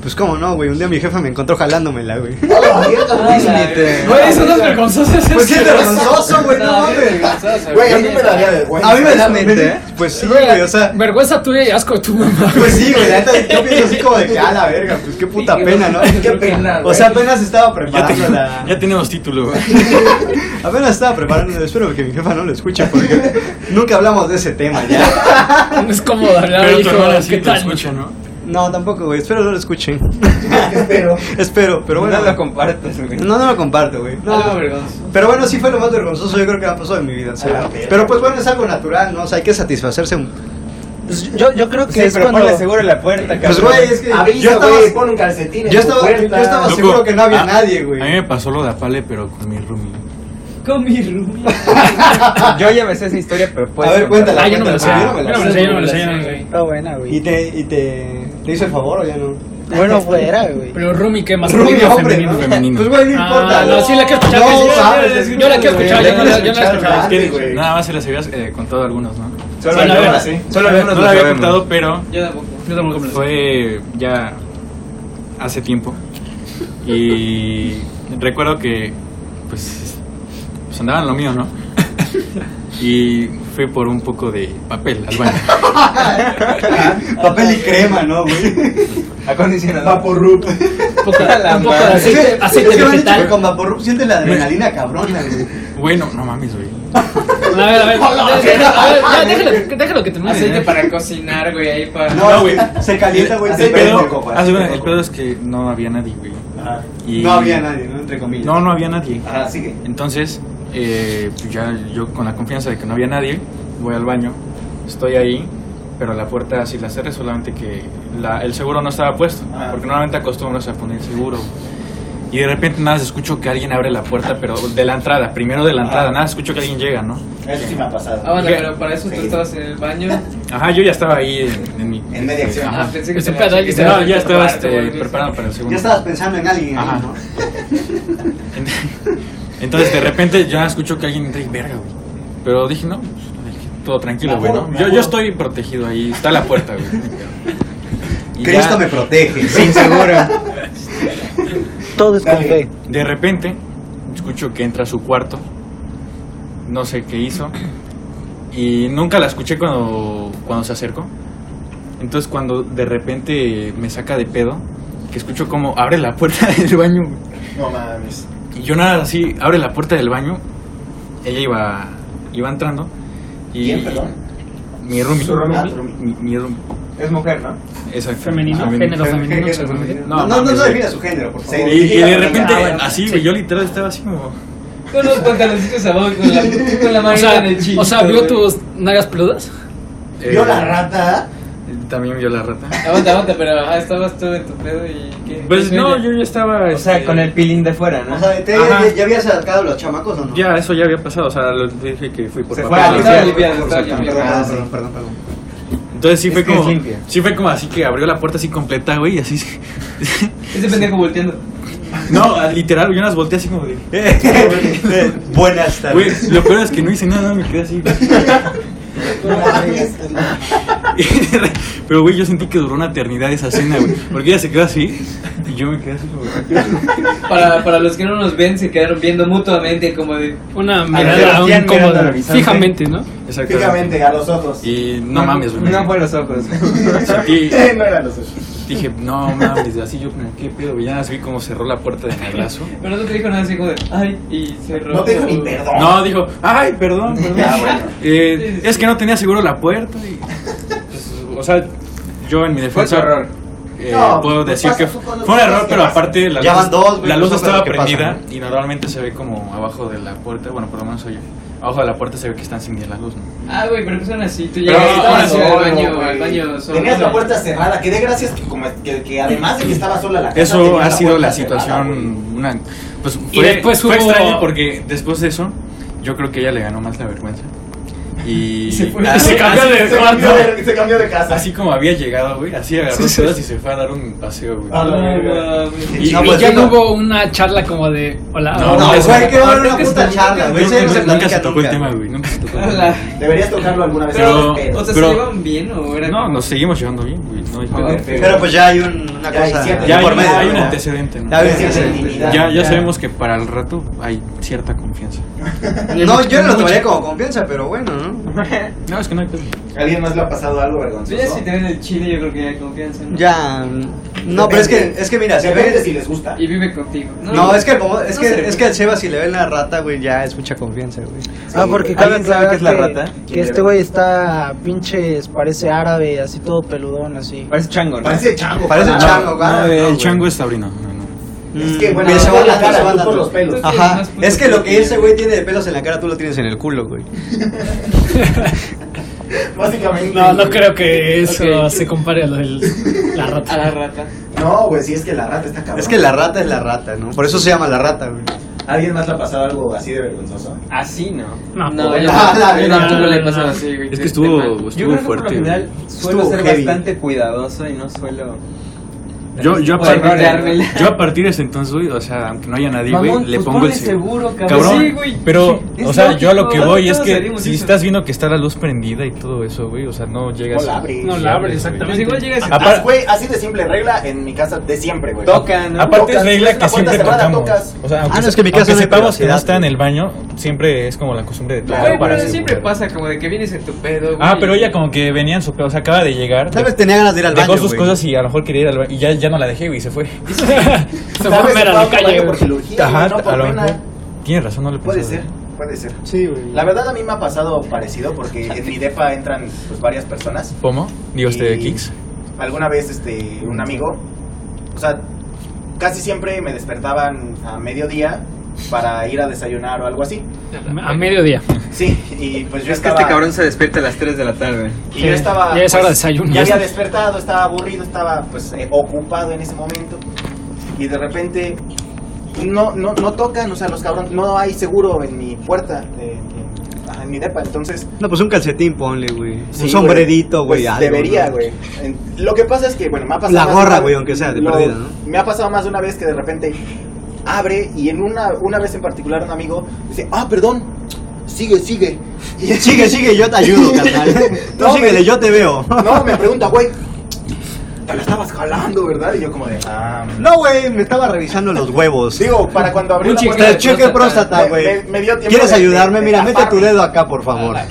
Speaker 4: Pues cómo no, güey. Un día mi jefa me encontró jalándomela, güey.
Speaker 7: Güey, eso no es vergonzoso. eso
Speaker 4: Pues sí,
Speaker 7: es
Speaker 4: es vergonzoso, güey. No
Speaker 3: No, bien
Speaker 4: mames.
Speaker 3: vergonzoso,
Speaker 1: Güey, a mí me daría vergüenza.
Speaker 4: A mí me da
Speaker 1: mente.
Speaker 4: mente. Pues sí,
Speaker 7: Güey,
Speaker 4: güey. O sea,
Speaker 7: vergüenza tuya y asco de tu mamá. <laughs>
Speaker 4: Pues sí, güey, la neta, yo pienso así como de que, a la verga, pues qué puta
Speaker 3: Sí,
Speaker 4: pena, ¿no? <laughs>
Speaker 3: Qué pena,
Speaker 4: O
Speaker 3: güey.
Speaker 4: sea, apenas estaba
Speaker 8: Ya,
Speaker 4: preparando <laughs>
Speaker 8: te-
Speaker 4: la...
Speaker 8: ya tenemos título, güey.
Speaker 4: Apenas estaba preparando, espero que mi jefa no lo escuche porque nunca hablamos de ese tema <laughs> ya.
Speaker 7: No es cómodo hablar,
Speaker 8: Pero tu
Speaker 7: hijo.
Speaker 8: hermana sí
Speaker 7: ¿Qué
Speaker 8: te
Speaker 7: tal?
Speaker 8: escucha, ¿no?
Speaker 4: No, tampoco, güey, espero no lo escuchen. <laughs>
Speaker 1: Pero,
Speaker 4: Espero, pero bueno.
Speaker 2: no lo compartas, güey.
Speaker 4: No, no lo comparto, güey. No.
Speaker 3: Algo vergonzoso.
Speaker 4: Pero bueno, sí fue lo más vergonzoso yo creo que me ha pasado en mi vida. o sea.
Speaker 1: A
Speaker 7: Ah,
Speaker 1: la verga.
Speaker 4: pero pues bueno, es algo natural, ¿no? O sea, hay que satisfacerse un...
Speaker 5: Pues Yo, yo creo que
Speaker 2: Sí,
Speaker 5: es
Speaker 2: pero
Speaker 5: cuando...
Speaker 2: ponle seguro en la puerta,
Speaker 4: Pues
Speaker 2: cabrón.
Speaker 4: güey, es que yo
Speaker 1: avisa,
Speaker 4: estaba...
Speaker 1: güey, pon un calcetín en
Speaker 4: yo
Speaker 1: tu
Speaker 4: estaba-
Speaker 1: puerta.
Speaker 4: yo estaba-
Speaker 8: Loco,
Speaker 4: seguro que no había
Speaker 8: a-
Speaker 4: nadie, güey.
Speaker 8: A mí me pasó lo de Apale, pero con mi roomie.
Speaker 3: Con mi rubia.
Speaker 2: Yo ya me sé esa historia, pero puedes
Speaker 4: A ver,
Speaker 2: contarla.
Speaker 4: cuéntala.
Speaker 7: Ah, yo no me lo sé.
Speaker 4: cuéntala.
Speaker 7: Yo no me lo sé, yo no me lo sé, yo no me lo sé.
Speaker 5: Está buena,
Speaker 4: ¿Y este,
Speaker 5: güey.
Speaker 4: te, y te, te hizo el favor o ya no?
Speaker 5: Bueno, fuera, güey.
Speaker 7: Pero Rumi, ¿qué más?
Speaker 4: Rubio,
Speaker 7: Rubio,
Speaker 4: hombre,
Speaker 7: femenino.
Speaker 4: ¿no?
Speaker 8: femenino.
Speaker 4: Pues güey, no
Speaker 7: Ah,
Speaker 4: importa.
Speaker 7: no, sí, la que escuchaba,
Speaker 4: No,
Speaker 7: sí, sí,
Speaker 4: sabes,
Speaker 7: sí, yo la que escuchaba, yo no la- yo no la escuchaba.
Speaker 8: Es que
Speaker 1: güey.
Speaker 8: nada más se las habías eh, contado a algunos, ¿no?
Speaker 2: Solo
Speaker 7: Solo
Speaker 2: algunos,
Speaker 7: algunos,
Speaker 2: sí.
Speaker 8: Solo
Speaker 2: algunos
Speaker 8: No
Speaker 2: lo
Speaker 8: la había
Speaker 2: sabemos.
Speaker 8: contado, pero
Speaker 3: Yo tampoco.
Speaker 7: Yo tampoco me lo sé.
Speaker 8: fue ya hace tiempo. Y recuerdo que, pues, pues andaba en lo mío, ¿no? <laughs> Y fui por un poco de papel al baño.
Speaker 4: Papel y crema, ¿no, güey?
Speaker 2: Acondicionador.
Speaker 1: Vaporrup.
Speaker 7: Un poco
Speaker 2: la
Speaker 7: un poco de
Speaker 2: madre.
Speaker 4: Es
Speaker 7: aceite
Speaker 4: que- es que
Speaker 7: aceite
Speaker 4: me han dicho
Speaker 7: vegetal.
Speaker 4: que Con Vaporrup siente la adrenalina cabrona, güey.
Speaker 8: Bueno, no mames, güey.
Speaker 7: A ver, a ver. a ver, a ver, ya, déjalo, déjalo que termine.
Speaker 3: Aceite para cocinar, güey, ahí para.
Speaker 4: No,
Speaker 8: güey.
Speaker 4: güey. Se calienta, güey.
Speaker 8: El
Speaker 4: se prende,
Speaker 8: pedo,
Speaker 7: Ah,
Speaker 4: compa,
Speaker 8: haz
Speaker 4: se
Speaker 8: de cuenta,
Speaker 4: prende,
Speaker 8: el pedo es que no había nadie, güey.
Speaker 4: Ajá.
Speaker 8: Y-
Speaker 4: No había nadie, ¿no? Entre comillas.
Speaker 8: No, no había nadie.
Speaker 1: Ajá, sigue.
Speaker 8: Entonces, eh, pues ya yo con la confianza de que no había nadie, voy al baño, estoy ahí, pero la puerta sí la cerré, solamente que la- el seguro no estaba puesto,
Speaker 1: Ah.
Speaker 8: porque normalmente acostumbras a poner seguro. Y de repente nada, más escucho que alguien abre la puerta, pero de la entrada, primero de la entrada,
Speaker 1: Ah.
Speaker 8: nada, escucho que alguien llega, ¿no?
Speaker 1: Eso sí me ha pasado.
Speaker 3: Ah, bueno,
Speaker 8: ¿Qué?
Speaker 3: pero para eso tú
Speaker 1: Sí.
Speaker 3: estabas en el baño.
Speaker 8: Ajá, yo ya estaba ahí en, en mi...
Speaker 1: En media acción.
Speaker 8: Ajá.
Speaker 3: Ah, pensé que
Speaker 7: Ese
Speaker 3: te
Speaker 7: pedo,
Speaker 3: la-
Speaker 7: alguien
Speaker 3: que
Speaker 7: se
Speaker 3: te
Speaker 8: No,
Speaker 7: va-
Speaker 3: la-
Speaker 8: ya estaba
Speaker 3: te
Speaker 8: este,
Speaker 3: volviste.
Speaker 8: preparado para el segundo.
Speaker 4: Ya estabas pensando en alguien, ahí,
Speaker 8: Ajá.
Speaker 4: ¿no?
Speaker 8: <laughs> Entonces de repente ya escucho que alguien entra y verga, güey. Pero dije, no, pues, todo tranquilo,
Speaker 1: Me
Speaker 8: güey, ¿no?
Speaker 1: apuro, me
Speaker 8: Yo, yo
Speaker 1: apuro.
Speaker 8: estoy protegido ahí, está la
Speaker 1: <laughs>
Speaker 8: puerta, güey. Y ya,
Speaker 4: Cristo me protege.
Speaker 2: Sin seguro.
Speaker 4: <laughs>
Speaker 5: Todo es con
Speaker 1: Dale.
Speaker 5: fe.
Speaker 8: De repente escucho que entra a su cuarto, no sé qué hizo, y nunca la escuché cuando, cuando se acercó. Entonces cuando de repente me saca de pedo, que escucho como abre la puerta <laughs> del baño, güey.
Speaker 1: No mames.
Speaker 8: Y yo nada, así, abre la puerta del baño. Ella iba, iba entrando. Y
Speaker 1: ¿Quién, perdón?
Speaker 8: Mi roomie.
Speaker 1: Su roomie.
Speaker 8: Ah, tu roomie. Mi, mi roomie.
Speaker 2: Es mujer, ¿no?
Speaker 8: Exacto.
Speaker 7: Femenino, género femenino.
Speaker 4: No,
Speaker 8: No,
Speaker 4: no, no,
Speaker 8: mames,
Speaker 4: no
Speaker 8: güey.
Speaker 4: defina su género, por
Speaker 8: Y,
Speaker 4: favor.
Speaker 8: y de repente,
Speaker 3: Ah, bueno,
Speaker 8: así,
Speaker 3: sí.
Speaker 8: güey, yo literal estaba así como.
Speaker 3: Con los pantaloncitos abajo, con la, con la
Speaker 7: O
Speaker 3: manita
Speaker 7: sea,
Speaker 3: en el chico.
Speaker 7: o sea, vio
Speaker 3: güey.
Speaker 7: tus nagas peludas.
Speaker 8: eh,
Speaker 1: Vio la rata.
Speaker 8: También vio la rata.
Speaker 2: Ah,
Speaker 3: Aguanta, aguanta, pero ajá, estabas tú en tu pedo y. ¿qué?
Speaker 8: Pues
Speaker 3: ¿Qué
Speaker 8: no,
Speaker 3: suena?
Speaker 8: yo ya estaba.
Speaker 2: O sea,
Speaker 8: este,
Speaker 2: con el pilín de fuera, ¿no?
Speaker 4: O sea, ¿te,
Speaker 8: Ajá.
Speaker 4: ya, ya habías atacado a los chamacos o no?
Speaker 8: Ya, eso ya había pasado. O sea, lo dije que fui por
Speaker 2: Se
Speaker 8: papel.
Speaker 2: fue a
Speaker 8: O sea,
Speaker 3: Estaba
Speaker 2: limpiar.
Speaker 3: limpiando, estaba
Speaker 4: Perdón,
Speaker 3: limpiando.
Speaker 1: Ah,
Speaker 8: Ah,
Speaker 4: perdón, perdón, perdón. <laughs>
Speaker 8: Entonces sí
Speaker 2: Es
Speaker 8: fue
Speaker 2: que es
Speaker 8: como.
Speaker 2: limpia.
Speaker 8: Sí fue como así que abrió la puerta así completa, güey, y así. se- <laughs>
Speaker 3: Ese pendejo volteando.
Speaker 8: No, literal, yo las volteé
Speaker 2: <laughs>
Speaker 8: así como de. <laughs>
Speaker 4: Buenas
Speaker 8: Güey,
Speaker 4: tardes.
Speaker 8: lo peor es que no hice nada, me quedé así. <laughs> Pero, güey, yo sentí que duró una eternidad esa escena, güey. Porque ella se quedó así y yo me quedé así, "Ah, güey.
Speaker 3: Para, para los que no nos ven, se quedaron viendo mutuamente como de.
Speaker 7: Una
Speaker 2: pero
Speaker 7: mirada
Speaker 2: ¿quién mirando al
Speaker 7: incómoda.
Speaker 2: horizonte?
Speaker 7: Fijamente, ¿no?
Speaker 8: Exacto.
Speaker 1: Fíjicamente, a los ojos.
Speaker 8: Y no mames, güey.
Speaker 2: No fue los ojos. <laughs>
Speaker 8: Sentí,
Speaker 1: <laughs> no eran los ojos.
Speaker 8: dije, no mames, así yo como, ¿qué pedo? güey? Ya las vi cómo cerró la puerta de nadazo.
Speaker 3: Pero no te dijo nada así como de. Ay, y cerró.
Speaker 1: No tengo ni perdón.
Speaker 2: Oh.
Speaker 8: No, dijo, ay, perdón, perdón.
Speaker 1: Ah, bueno.
Speaker 8: Eh, es que no tenía seguro la puerta. y, pues, o sea, yo en mi
Speaker 2: Fue su
Speaker 8: defensa.
Speaker 2: error.
Speaker 8: eh,
Speaker 1: No,
Speaker 8: puedo
Speaker 1: pues
Speaker 8: decir
Speaker 1: pasa,
Speaker 8: que
Speaker 1: tú
Speaker 8: fue
Speaker 1: conoces
Speaker 8: un error,
Speaker 1: cosas que
Speaker 8: pero
Speaker 1: pasan.
Speaker 8: aparte la
Speaker 4: Ya
Speaker 8: luz,
Speaker 4: van dos, güey,
Speaker 8: la luz
Speaker 4: no sabes
Speaker 8: estaba
Speaker 4: lo que pasa,
Speaker 8: prendida
Speaker 4: ¿no?
Speaker 8: y normalmente se ve como abajo de la puerta, bueno, por lo menos soy yo. Abajo de la puerta se ve que está encendida la luz, ¿no?
Speaker 3: Ah, güey, pero son así. Tú
Speaker 8: Pero
Speaker 3: llegas
Speaker 8: no,
Speaker 3: estabas
Speaker 8: no,
Speaker 3: en el
Speaker 8: no,
Speaker 3: baño,
Speaker 1: güey.
Speaker 3: al baño solo.
Speaker 1: Tenías la puerta cerrada, que de gracias que, como, que, que además de que estaba sola la casa.
Speaker 8: Eso
Speaker 1: tenía
Speaker 8: ha
Speaker 1: la
Speaker 8: sido
Speaker 1: puerta
Speaker 8: la
Speaker 1: cerrada,
Speaker 8: situación. una, pues fue,
Speaker 7: Y después
Speaker 8: fue
Speaker 7: hubo-
Speaker 8: extraño porque después de eso, yo creo que ella le ganó más la vergüenza. Y,
Speaker 1: se fue.
Speaker 8: así,
Speaker 7: Se cambió
Speaker 8: así-
Speaker 7: de
Speaker 1: güey. Ah, Se cambió de, se cambió de casa.
Speaker 8: Ah, así como había llegado, güey, así agarró
Speaker 7: Sí, sí.
Speaker 8: todas y se fue a dar un paseo, güey.
Speaker 1: A la verga.
Speaker 3: Ah, güey.
Speaker 8: Y-
Speaker 7: Y,
Speaker 4: No,
Speaker 7: y
Speaker 4: pues,
Speaker 7: ya
Speaker 4: digo-
Speaker 7: no hubo una charla como de. Hola.
Speaker 8: No, este,
Speaker 4: No,
Speaker 7: hola,
Speaker 4: güey,
Speaker 8: eso-
Speaker 4: qué va a haber
Speaker 1: creo
Speaker 4: una
Speaker 1: que
Speaker 4: puta
Speaker 1: se-
Speaker 4: charla, güey. Eso
Speaker 8: Nunca-
Speaker 4: ya no se
Speaker 8: nunca, nunca se
Speaker 4: platica
Speaker 8: tocó el
Speaker 4: nunca.
Speaker 8: tema, güey. Nunca se
Speaker 4: <laughs>
Speaker 8: tocó el tema.
Speaker 3: Hola.
Speaker 1: Deberías tocarlo alguna vez.
Speaker 8: Pero-
Speaker 3: O sea,
Speaker 8: Pero-
Speaker 3: se llevan bien o era
Speaker 8: No,
Speaker 3: como-
Speaker 8: nos seguimos llevando bien, güey. No hay pedo.
Speaker 4: Pero pues ya hay un- una
Speaker 1: Ya hay
Speaker 4: cosa
Speaker 1: cierta-
Speaker 8: ya hay,
Speaker 4: por medio.
Speaker 8: hay un
Speaker 4: ¿no?
Speaker 8: antecedente, ¿no?
Speaker 4: Ya hay
Speaker 1: Ya
Speaker 4: un antecedente.
Speaker 1: intimidad.
Speaker 8: Ya, ya
Speaker 7: Ya.
Speaker 8: sabemos que para el rato hay cierta confianza.
Speaker 4: No, yo no lo tomaría como confianza, pero bueno, ¿no?
Speaker 8: No, es que no hay pedo.
Speaker 1: ¿Alguien más le ha pasado algo vergonzoso?
Speaker 3: Tú ya si te ves el chile, yo creo que hay confianza. ¿no?
Speaker 4: Ya. mm, No, pero es que, es que mira, se
Speaker 1: Depende si
Speaker 4: ve.
Speaker 1: les gusta.
Speaker 3: Y vive contigo.
Speaker 4: No, es que, el pomo- es
Speaker 3: No
Speaker 4: que,
Speaker 3: sé.
Speaker 4: es que al Seba si le ven la rata, güey, ya es mucha confianza, güey.
Speaker 5: Ah, porque
Speaker 1: cada
Speaker 5: cabe
Speaker 1: vez
Speaker 5: aclarar
Speaker 1: sabe que es la
Speaker 5: que-
Speaker 1: rata.
Speaker 5: Que este güey está pinches, parece árabe, así todo peludón, así.
Speaker 2: Parece chango, ¿no?
Speaker 1: Parece chango.
Speaker 4: Parece
Speaker 1: Ah,
Speaker 4: chango,
Speaker 8: No,
Speaker 4: güey. Mm.
Speaker 8: no,
Speaker 4: no,
Speaker 8: el
Speaker 4: güey.
Speaker 8: chango es taurino. No, no.
Speaker 1: Es que, bueno,
Speaker 4: Pero se
Speaker 1: tú
Speaker 4: va
Speaker 1: por la
Speaker 4: dando,
Speaker 1: cara,
Speaker 4: se va
Speaker 1: tú por
Speaker 4: dando.
Speaker 1: los pelos.
Speaker 3: Ah.
Speaker 4: Ajá.
Speaker 3: Más
Speaker 4: Es que lo que
Speaker 3: puntos.
Speaker 4: ese güey tiene de pelos en la cara, tú lo tienes en el culo, güey.
Speaker 1: Básicamente.
Speaker 7: No, no creo que eso
Speaker 3: Ok.
Speaker 7: se compare a lo de la rata.
Speaker 3: A la rata.
Speaker 1: No, güey, sí, es que la rata está cabrón.
Speaker 4: Es que la rata es la rata, ¿no? Por eso se llama la rata, güey.
Speaker 1: ¿Alguien más le ha pasado algo así de vergonzoso?
Speaker 3: Así no.
Speaker 7: No,
Speaker 3: No,
Speaker 7: pobre.
Speaker 3: yo
Speaker 4: Ah, la
Speaker 3: yo
Speaker 4: verga.
Speaker 3: tampoco le he pasado así, güey.
Speaker 8: Es que
Speaker 3: de-
Speaker 8: estuvo-
Speaker 3: de mal.
Speaker 8: estuvo
Speaker 6: Yo creo
Speaker 8: fuerte,
Speaker 6: que por lo general
Speaker 8: güey.
Speaker 6: suelo
Speaker 4: Estuvo
Speaker 6: ser
Speaker 4: heavy.
Speaker 6: bastante cuidadoso y no suelo.
Speaker 8: Yo, yo, a
Speaker 3: Por
Speaker 8: partir de-
Speaker 3: errorle.
Speaker 8: yo a partir de ese entonces, güey, o sea, aunque no haya nadie, güey,
Speaker 6: Mamón,
Speaker 8: le
Speaker 6: pues
Speaker 8: pongo el
Speaker 6: ponle
Speaker 8: seguro.
Speaker 6: seguro, cabrón.
Speaker 8: Cabrón,
Speaker 3: Sí, güey.
Speaker 8: pero,
Speaker 6: Es
Speaker 8: o sea, yo a lo que
Speaker 6: lógico,
Speaker 8: voy es
Speaker 6: todos
Speaker 8: que
Speaker 6: haríamos
Speaker 8: si
Speaker 6: eso.
Speaker 8: estás viendo que está la luz prendida y todo eso, güey, o sea, no llegas.
Speaker 1: No la abres.
Speaker 7: No la abres, exactamente.
Speaker 3: Pues igual llegas y-
Speaker 8: Apar-
Speaker 1: Ah, güey, así de simple regla en mi casa de siempre, güey.
Speaker 6: Toca, ¿no?
Speaker 8: Aparte
Speaker 1: Tocas,
Speaker 8: es
Speaker 1: si
Speaker 8: regla
Speaker 1: es
Speaker 8: que
Speaker 1: una puerta
Speaker 8: siempre
Speaker 1: cerrada,
Speaker 8: tocamos.
Speaker 1: tocas.
Speaker 8: O sea, aunque,
Speaker 4: Ah, no,
Speaker 8: se-
Speaker 4: es que en mi casa
Speaker 8: aunque
Speaker 4: no hay
Speaker 8: sepamos que no
Speaker 4: privacidad,
Speaker 8: está en
Speaker 4: güey.
Speaker 8: el baño, siempre es como la costumbre de tocar
Speaker 1: Claro,
Speaker 3: Güey,
Speaker 8: para
Speaker 3: pero siempre
Speaker 8: asegurar.
Speaker 3: pasa como de que viene en tu pedo, güey.
Speaker 8: Ah, pero ella como que venía en su pedo, o sea, acaba de llegar.
Speaker 4: Tal vez tenía ganas de ir al
Speaker 8: Dejó
Speaker 4: baño,
Speaker 8: sus
Speaker 4: güey.
Speaker 8: cosas y a lo mejor quería ir al baño y ya, ya no la dejé, güey, y se fue.
Speaker 1: Tal
Speaker 8: <laughs>
Speaker 7: Se fue a
Speaker 1: vez
Speaker 7: ver a
Speaker 1: fue a
Speaker 7: la
Speaker 1: un
Speaker 7: calle.
Speaker 1: baño por
Speaker 7: güey.
Speaker 1: cirugía, güey, no
Speaker 8: a
Speaker 1: por
Speaker 8: lo
Speaker 1: pena.
Speaker 8: mejor. Tienes razón, no le
Speaker 1: Puede
Speaker 8: pensaba.
Speaker 1: ser, puede ser.
Speaker 5: Sí, güey.
Speaker 1: La verdad a mí me ha pasado parecido porque en mi depa entran pues, varias personas.
Speaker 8: ¿Cómo? Digo, este,
Speaker 1: Y
Speaker 8: Kicks.
Speaker 1: Alguna vez este un amigo, o sea, casi siempre me despertaban a mediodía para ir a desayunar o algo así.
Speaker 7: A mediodía.
Speaker 1: Sí, y pues yo
Speaker 6: Es que
Speaker 1: estaba
Speaker 6: este cabrón se despierta a las 3 de la tarde.
Speaker 1: y yo estaba
Speaker 7: Ya es hora de
Speaker 1: pues,
Speaker 7: desayuno.
Speaker 1: Ya había despertado, estaba aburrido, estaba pues eh, ocupado en ese momento. Y de repente no no no tocan, o sea, los cabrones no hay seguro en mi puerta de- en- ajá, en mi depa, entonces
Speaker 4: No, pues un calcetín ponle, güey.
Speaker 1: Sí,
Speaker 4: un
Speaker 1: güey.
Speaker 4: sombrerito, güey.
Speaker 1: Pues
Speaker 4: algo,
Speaker 1: debería,
Speaker 4: ¿no?
Speaker 1: güey. En- Lo que pasa es que, bueno, me ha pasado.
Speaker 4: La
Speaker 1: más
Speaker 4: gorra,
Speaker 1: de una-
Speaker 4: güey, aunque sea, de perdida, ¿no?
Speaker 1: Me ha pasado más de una vez que de repente abre y en una, una vez en particular un amigo dice, ah, perdón, sigue, sigue. Y
Speaker 4: Sigue, sigue, yo te <laughs> ayudo, carnal. Tú
Speaker 1: No,
Speaker 4: síguele,
Speaker 1: güey.
Speaker 4: yo te veo.
Speaker 1: No, me pregunta, güey, te la estabas jalando, ¿verdad? Y yo, como de, ah.
Speaker 4: No, güey, me estaba revisando los huevos.
Speaker 1: Digo, para cuando abrí
Speaker 3: Un
Speaker 1: la
Speaker 3: chicle
Speaker 1: puerta-
Speaker 4: Te cheque
Speaker 3: próstata.
Speaker 4: próstata,
Speaker 1: Me-
Speaker 4: güey.
Speaker 1: me- me dio tiempo
Speaker 4: ¿Quieres
Speaker 1: de-
Speaker 4: ayudarme?
Speaker 1: de- de
Speaker 4: Mira, mete tu
Speaker 1: taparme.
Speaker 4: dedo acá, por favor.
Speaker 6: Ah,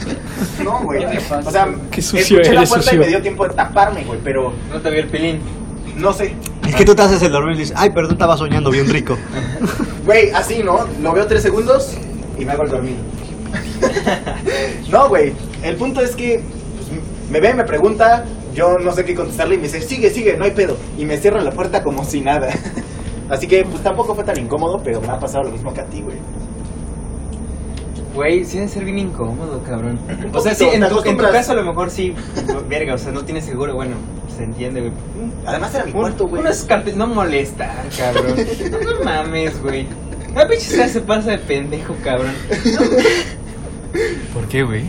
Speaker 1: No, güey.
Speaker 3: Qué fácil.
Speaker 1: O sea,
Speaker 7: Qué sucio
Speaker 1: escuché la
Speaker 7: eres,
Speaker 1: puerta y
Speaker 7: sucio.
Speaker 1: me dio tiempo de taparme, güey, pero
Speaker 6: No te vio el pilín.
Speaker 1: no sé.
Speaker 4: Es que tú te haces el dormir y dices, ay, perdón, estaba soñando bien rico.
Speaker 1: <laughs> Güey, así, ¿no? Lo veo tres segundos y me hago el dormido. <laughs> no, güey. El punto es que pues, m- me ve, me pregunta, yo no sé qué contestarle y me dice, sigue, sigue, no hay pedo. Y me cierra la puerta como si nada. <laughs> así que, pues tampoco fue tan incómodo, pero me ha pasado lo mismo que a ti, güey.
Speaker 6: Güey, sí debe ser bien incómodo, cabrón.
Speaker 1: poquito,
Speaker 6: O sea, sí, en
Speaker 1: te
Speaker 6: tu, en tu
Speaker 1: acostumbras.
Speaker 6: caso a lo mejor sí. Verga, o sea, no tienes seguro, bueno, se entiende, güey.
Speaker 1: Además era mi
Speaker 6: Un-
Speaker 1: cuarto, güey.
Speaker 6: Unos carpe- No molestar, cabrón. No, no mames, güey. La pinche Sara se pasa de pendejo, cabrón.
Speaker 8: ¿Por qué, güey?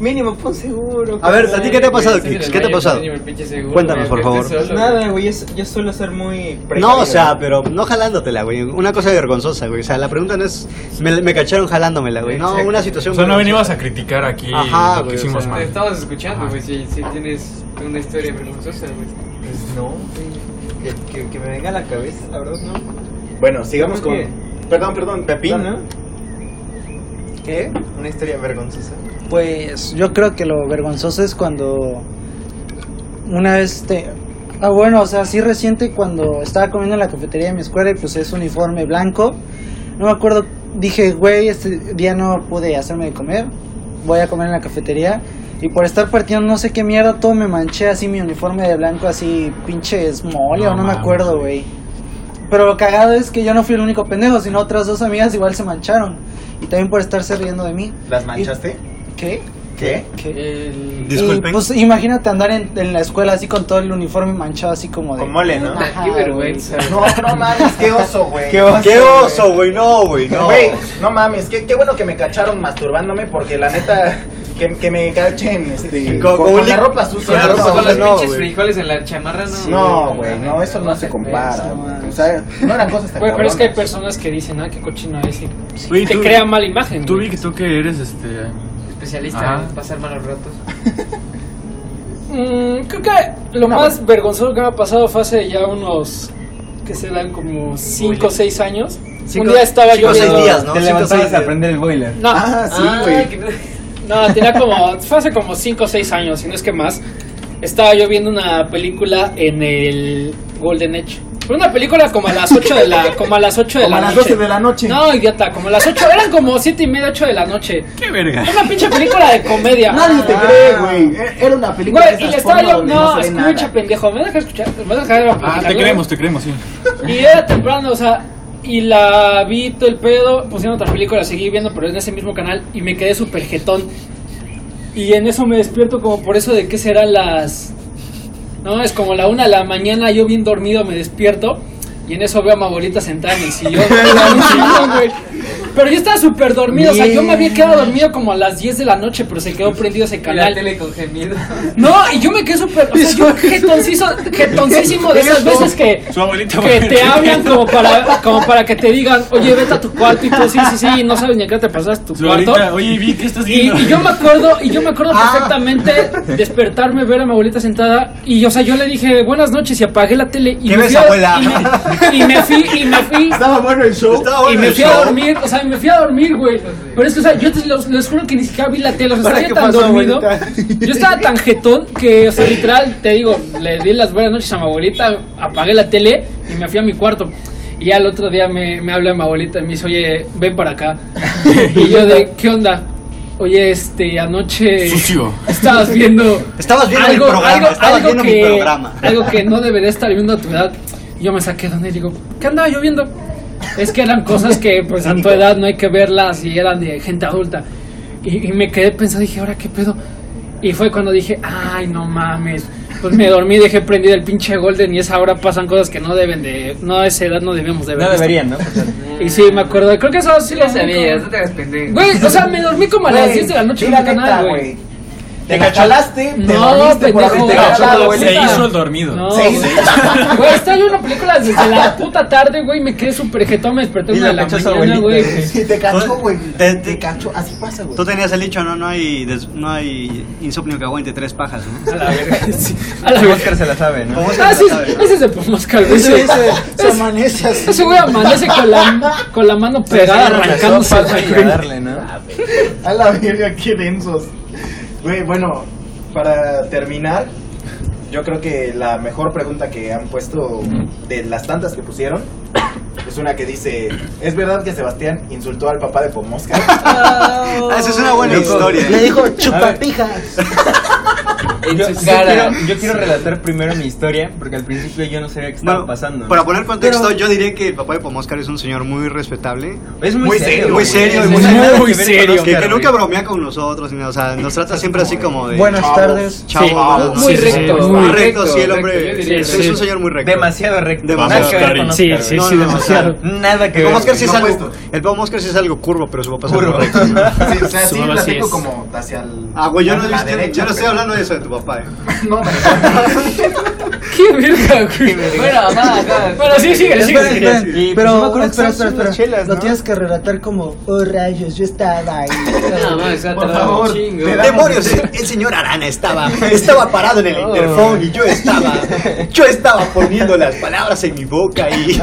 Speaker 6: Mínimo, pon seguro.
Speaker 4: A ver,
Speaker 6: cabrón.
Speaker 4: ¿a ti qué te ha pasado,
Speaker 3: Estoy en
Speaker 4: Kix?
Speaker 3: el
Speaker 4: ¿Qué te ha
Speaker 3: baño,
Speaker 4: pasado?
Speaker 3: coño, el pinche seguro, güey,
Speaker 4: Cuéntanos, por
Speaker 3: aunque
Speaker 4: favor.
Speaker 3: estés
Speaker 6: Pues
Speaker 3: solo,
Speaker 6: nada, güey, yo, yo suelo ser muy precavido.
Speaker 4: No, o sea, pero no jalándotela, güey. Una cosa vergonzosa, güey. O sea, la pregunta no es, me, me cacharon jalándomela, güey. No,
Speaker 6: Exacto.
Speaker 4: una situación.
Speaker 8: O sea, no
Speaker 4: vergonzosa.
Speaker 8: venimos a criticar aquí
Speaker 4: Ajá,
Speaker 8: lo que
Speaker 4: güey, o
Speaker 8: hicimos
Speaker 4: sea,
Speaker 3: Te
Speaker 8: mal.
Speaker 3: estamos escuchando, güey, si, si tienes una historia vergonzosa, güey.
Speaker 6: Pues no, güey. Que, que, que me venga a la cabeza, la verdad, no.
Speaker 1: Bueno, sigamos
Speaker 6: ¿Por
Speaker 1: con...
Speaker 6: qué?
Speaker 1: Perdón, perdón, Pepín.
Speaker 6: ¿No? ¿Qué? Una historia vergonzosa.
Speaker 5: Pues yo creo que lo vergonzoso es cuando una vez te... Ah, bueno, o sea, sí reciente cuando estaba comiendo en la cafetería de mi escuela y pues es uniforme blanco. No me acuerdo, dije, güey, este día no pude hacerme de comer, voy a comer en la cafetería. Y por estar partiendo no sé qué mierda, todo me manché así mi uniforme de blanco, así pinche mole
Speaker 7: No
Speaker 5: o no me
Speaker 7: mames.
Speaker 5: acuerdo, güey. Pero lo cagado es que yo no fui el único pendejo, sino otras dos amigas igual se mancharon. Y también por estarse riendo de mí.
Speaker 6: ¿Las manchaste?
Speaker 5: ¿Y- ¿Qué?
Speaker 6: ¿Qué?
Speaker 5: ¿Qué?
Speaker 3: El-
Speaker 4: Disculpen.
Speaker 5: Y, pues imagínate andar en, en la escuela así con todo el uniforme manchado, así como de.
Speaker 6: Con mole, ¿no?
Speaker 5: Ajá,
Speaker 3: Qué vergüenza.
Speaker 1: No, no mames, qué oso, güey.
Speaker 6: Qué oso.
Speaker 4: ¡Qué oso, güey! No, güey, no.
Speaker 1: Güey, no mames, qué, qué bueno que me cacharon masturbándome porque la neta, que, que me cachen este, con,
Speaker 4: Con- con
Speaker 1: con la
Speaker 4: li-
Speaker 1: ropa sucia.
Speaker 4: con la
Speaker 1: no,
Speaker 4: ropa
Speaker 3: Con
Speaker 4: sucia,
Speaker 3: los
Speaker 4: no,
Speaker 3: pinches
Speaker 4: güey.
Speaker 3: frijoles en la chamarra, no.
Speaker 1: No, güey, no, eso no se compara.
Speaker 5: no
Speaker 1: güey. O
Speaker 5: mames.
Speaker 1: sea, no eran cosas tan
Speaker 7: Güey, pero es que hay
Speaker 1: cabronas.
Speaker 7: personas que dicen, ah, qué cochino es. y
Speaker 8: Güey,
Speaker 7: te
Speaker 8: tú-
Speaker 7: crea mala imagen.
Speaker 8: Tú
Speaker 7: güey.
Speaker 8: vi que tú que eres este.
Speaker 3: Especialista
Speaker 8: Ajá.
Speaker 3: en pasar malos ratos.
Speaker 7: Mm, creo que
Speaker 1: Ah,
Speaker 7: lo más vergonzoso que me ha pasado fue hace ya unos que se dan como 5 o 6 años.
Speaker 4: Cinco-
Speaker 7: un día estaba
Speaker 4: cinco
Speaker 7: yo
Speaker 4: o seis
Speaker 7: viendo-
Speaker 4: días, ¿no?
Speaker 2: Te
Speaker 4: Cinco, seis
Speaker 2: levantabas a
Speaker 4: días.
Speaker 2: aprender el boiler.
Speaker 7: No,
Speaker 1: Ah, sí,
Speaker 3: Ah,
Speaker 1: güey.
Speaker 3: que-
Speaker 7: no, tenía como fue hace como 5 o 6 años, si no es que más. Estaba yo viendo una película en el Golden Age. Fue una película como a las 8
Speaker 1: <laughs>
Speaker 7: de la como a las 8 de
Speaker 1: Como
Speaker 7: la
Speaker 1: a las
Speaker 7: noche.
Speaker 1: 12 de la noche.
Speaker 7: No, idiota, como a las 8, eran como 7 y media, 8 de la noche.
Speaker 8: ¡Qué verga!
Speaker 7: Una pinche película de comedia. Ah,
Speaker 1: Nadie te
Speaker 5: Ah.
Speaker 1: cree, güey. E- Era una película. de
Speaker 7: Güey, y
Speaker 1: esas
Speaker 7: le estaba
Speaker 1: porno
Speaker 7: yo,
Speaker 1: donde
Speaker 7: no,
Speaker 1: se ve nada.
Speaker 7: escucha, pendejo, me deja escuchar, me deja
Speaker 8: Ah, te creemos, te creemos, sí.
Speaker 7: Y era temprano, o sea, y la vi todo el pedo, pusieron otra película, la seguí viendo, pero en ese mismo canal, y me quedé súper jetón. Y en eso me despierto como por eso de qué serán las... No, es como la una de la mañana, yo bien dormido me despierto, y en eso veo a mi abuelita sentada en el sillón.
Speaker 8: <laughs>
Speaker 7: güey, un sillón, güey. Pero yo estaba súper dormido, o sea, yo me había quedado dormido como a las 10 de la noche, pero se quedó prendido ese
Speaker 3: Y la
Speaker 7: canal.
Speaker 3: tele con
Speaker 8: <laughs>
Speaker 3: gemido.
Speaker 7: No, y yo me quedé súper. O sea, yo jetoncizo, jetoncísimo de esas veces que,
Speaker 8: Su abuelita,
Speaker 7: que
Speaker 8: güey.
Speaker 7: te hablan como para, como para que te digan, oye, vete a tu cuarto. Y tú, sí, sí, sí, no sabes ni a qué te pasas
Speaker 8: <laughs>
Speaker 7: tu
Speaker 8: Su
Speaker 7: cuarto.
Speaker 8: abuelita, oye, vi que estás
Speaker 7: Y,
Speaker 8: viendo. <laughs>
Speaker 7: y yo me acuerdo, y yo me acuerdo
Speaker 4: Ah.
Speaker 7: perfectamente despertarme, ver a mi abuelita sentada, y o sea, yo le dije buenas noches y apagué la tele y
Speaker 4: ¿Qué
Speaker 7: me
Speaker 4: ves,
Speaker 7: fui a-
Speaker 4: abuela?
Speaker 7: y me- y me fui, y
Speaker 4: <laughs>
Speaker 7: me fui
Speaker 1: Estaba bueno el show.
Speaker 4: Estaba
Speaker 7: y
Speaker 4: bueno
Speaker 7: me
Speaker 4: el
Speaker 7: fui a
Speaker 4: show.
Speaker 7: dormir, o sea, me fui a dormir, güey. Pero es que, o sea, yo te- los- les juro que ni siquiera vi la tele, o sea,
Speaker 4: ¿Ahora
Speaker 7: estaba
Speaker 4: qué
Speaker 7: yo tan
Speaker 4: pasó,
Speaker 7: dormido.
Speaker 4: abuelita?
Speaker 7: Yo estaba tan jetón que, o sea, literal, te digo, le di las buenas noches a mi abuelita, apagué la tele y me fui a mi cuarto. Y ya el otro día me, me habla mi abuelita y me dice, oye, ven para
Speaker 4: <laughs>
Speaker 7: acá. Y yo de, ¿qué onda? Oye, este, anoche...
Speaker 8: Sucio.
Speaker 7: Estabas viendo...
Speaker 4: Estabas viendo mi programa, estabas viendo mi programa.
Speaker 7: Algo que no debería estar viendo a tu edad. Yo me saqué donde y digo, ¿qué andaba yo viendo? Es que eran cosas que pues a tu edad no hay que verlas y eran de gente adulta. Y, y me quedé pensando, dije, ¿ahora qué pedo? Y fue cuando dije, ay, no mames. Pues me dormí, dejé prendido el pinche Golden y esa hora pasan cosas que no deben de... No, a esa edad no debemos de ver.
Speaker 2: No deberían, ¿no?
Speaker 7: Y sí, me acuerdo. Creo que eso
Speaker 3: Sí
Speaker 7: sí lo
Speaker 3: lo sabías, no te hagas pendejo.
Speaker 7: Güey, o sea, me dormí como a las
Speaker 1: Güey,
Speaker 7: 10 de la
Speaker 1: di
Speaker 7: noche en
Speaker 1: la
Speaker 7: el
Speaker 1: neta,
Speaker 7: canal, güey.
Speaker 1: Te cachalaste, te
Speaker 7: No,
Speaker 1: dormiste por
Speaker 7: pendejo.
Speaker 1: haberte
Speaker 7: No,
Speaker 1: cachalado,
Speaker 7: se
Speaker 1: güey.
Speaker 8: Se hizo el dormido.
Speaker 7: No,
Speaker 1: Sí.
Speaker 7: güey. Güey, estaba yo en una película desde la puta tarde, güey. Me quedé súper jetón, me desperté
Speaker 2: Y la
Speaker 7: una de la
Speaker 2: pinche
Speaker 7: mañana, güey.
Speaker 2: abuelita,
Speaker 7: que-
Speaker 1: Sí, te cachó, güey.
Speaker 4: Te-
Speaker 1: Te cachó, así pasa, güey.
Speaker 4: Tú tenías el dicho, no, no hay, des- no hay insomnio que aguante tres pajas, ¿no?
Speaker 7: A la verga. sí, A la
Speaker 2: Su
Speaker 7: verga.
Speaker 2: Oscar se la sabe, ¿no?
Speaker 4: Oscar
Speaker 7: Ah,
Speaker 4: se
Speaker 7: sí,
Speaker 4: la sabe, ¿no?
Speaker 7: ese es el Pomoscar, güey.
Speaker 5: Ese,
Speaker 7: Ese,
Speaker 5: ese, se amanece así.
Speaker 7: ese güey amanece con la, con la mano pegada
Speaker 2: Se la
Speaker 7: arrancándose.
Speaker 2: sopa y a
Speaker 7: güey.
Speaker 2: darle, ¿no?
Speaker 1: A la verga, qué densos. Güey, bueno, para terminar, yo creo que la mejor pregunta que han puesto de las tantas que pusieron es una que dice, ¿es verdad que Sebastián insultó al papá de Pomosca?
Speaker 4: Ah, esa es una buena historia.
Speaker 5: Le dijo chupapijas.
Speaker 3: En
Speaker 2: Yo,
Speaker 3: su
Speaker 2: yo quiero,
Speaker 3: cara.
Speaker 2: yo quiero relatar primero mi historia, porque al principio yo no sabía qué estaba
Speaker 4: Bueno,
Speaker 2: pasando.
Speaker 4: para poner contexto, yo diría que el papá de Pomoscar es un señor muy respetable,
Speaker 2: Es
Speaker 4: muy serio, muy
Speaker 2: güey.
Speaker 4: serio,
Speaker 2: Es
Speaker 4: muy
Speaker 2: nada
Speaker 4: serio.
Speaker 2: que
Speaker 4: Muy
Speaker 2: ver con
Speaker 7: serio.
Speaker 2: Oscar,
Speaker 4: que, que nunca
Speaker 2: güey.
Speaker 4: bromea con nosotros, ni nada, o sea, nos trata siempre así como de
Speaker 5: Buenas
Speaker 1: Chavos.
Speaker 5: tardes.
Speaker 4: chavo,
Speaker 7: Sí,
Speaker 4: ¿verdad? Sí,
Speaker 7: muy
Speaker 4: sí,
Speaker 7: recto,
Speaker 4: sí,
Speaker 7: muy
Speaker 4: muy
Speaker 7: recto,
Speaker 4: recto, sí, el
Speaker 3: recto,
Speaker 4: hombre
Speaker 3: yo diría
Speaker 4: es,
Speaker 3: recto.
Speaker 4: es un señor muy recto.
Speaker 2: Demasiado recto.
Speaker 4: Demasiado
Speaker 2: Nada que ver
Speaker 4: cari-
Speaker 2: con
Speaker 7: Sí,
Speaker 2: Oscar,
Speaker 7: sí,
Speaker 2: güey.
Speaker 7: sí,
Speaker 2: No, no,
Speaker 4: demasiado.
Speaker 2: o sea, Nada que
Speaker 4: Con
Speaker 2: ver.
Speaker 4: Oscar sí es
Speaker 1: No
Speaker 4: algo,
Speaker 1: puesto.
Speaker 4: el papá Oscar sí es algo curvo, pero su papá es
Speaker 2: Curvo.
Speaker 4: algo recto.
Speaker 2: <laughs>
Speaker 1: Sí, o
Speaker 7: <laughs>
Speaker 1: sea, sí,
Speaker 7: Solo así
Speaker 1: platico
Speaker 7: es.
Speaker 1: como hacia el-
Speaker 4: Ah, güey, yo
Speaker 1: hacia
Speaker 4: no,
Speaker 1: la
Speaker 4: yo- yo
Speaker 1: derecha,
Speaker 4: no estoy
Speaker 1: pero-
Speaker 4: hablando de eso de tu
Speaker 2: <laughs>
Speaker 4: papá, eh.
Speaker 1: No, me-
Speaker 7: Qué verga, güey.
Speaker 3: Bueno, va, <laughs> va.
Speaker 7: Bueno, sí, sigue,
Speaker 5: Espera,
Speaker 7: sigue.
Speaker 5: espera,
Speaker 2: sí. Y, pues, yo me
Speaker 5: Pero,
Speaker 2: acuerdo que estabas
Speaker 5: espera, espera,
Speaker 2: en
Speaker 5: espera.
Speaker 2: las chelas,
Speaker 5: Lo
Speaker 2: ¿no?
Speaker 5: tienes que relatar como, oh rayos, yo estaba
Speaker 7: <laughs>
Speaker 5: ahí.
Speaker 3: Nada más, se
Speaker 1: <laughs>
Speaker 3: ha
Speaker 1: Por
Speaker 3: tardado
Speaker 1: favor,
Speaker 3: un chingo.
Speaker 1: te da-
Speaker 4: Demonios, el, el señor Arana estaba, estaba parado en el
Speaker 2: <laughs> Oh.
Speaker 4: interfón y yo
Speaker 2: <laughs>
Speaker 4: estaba, yo estaba poniendo las palabras en mi boca y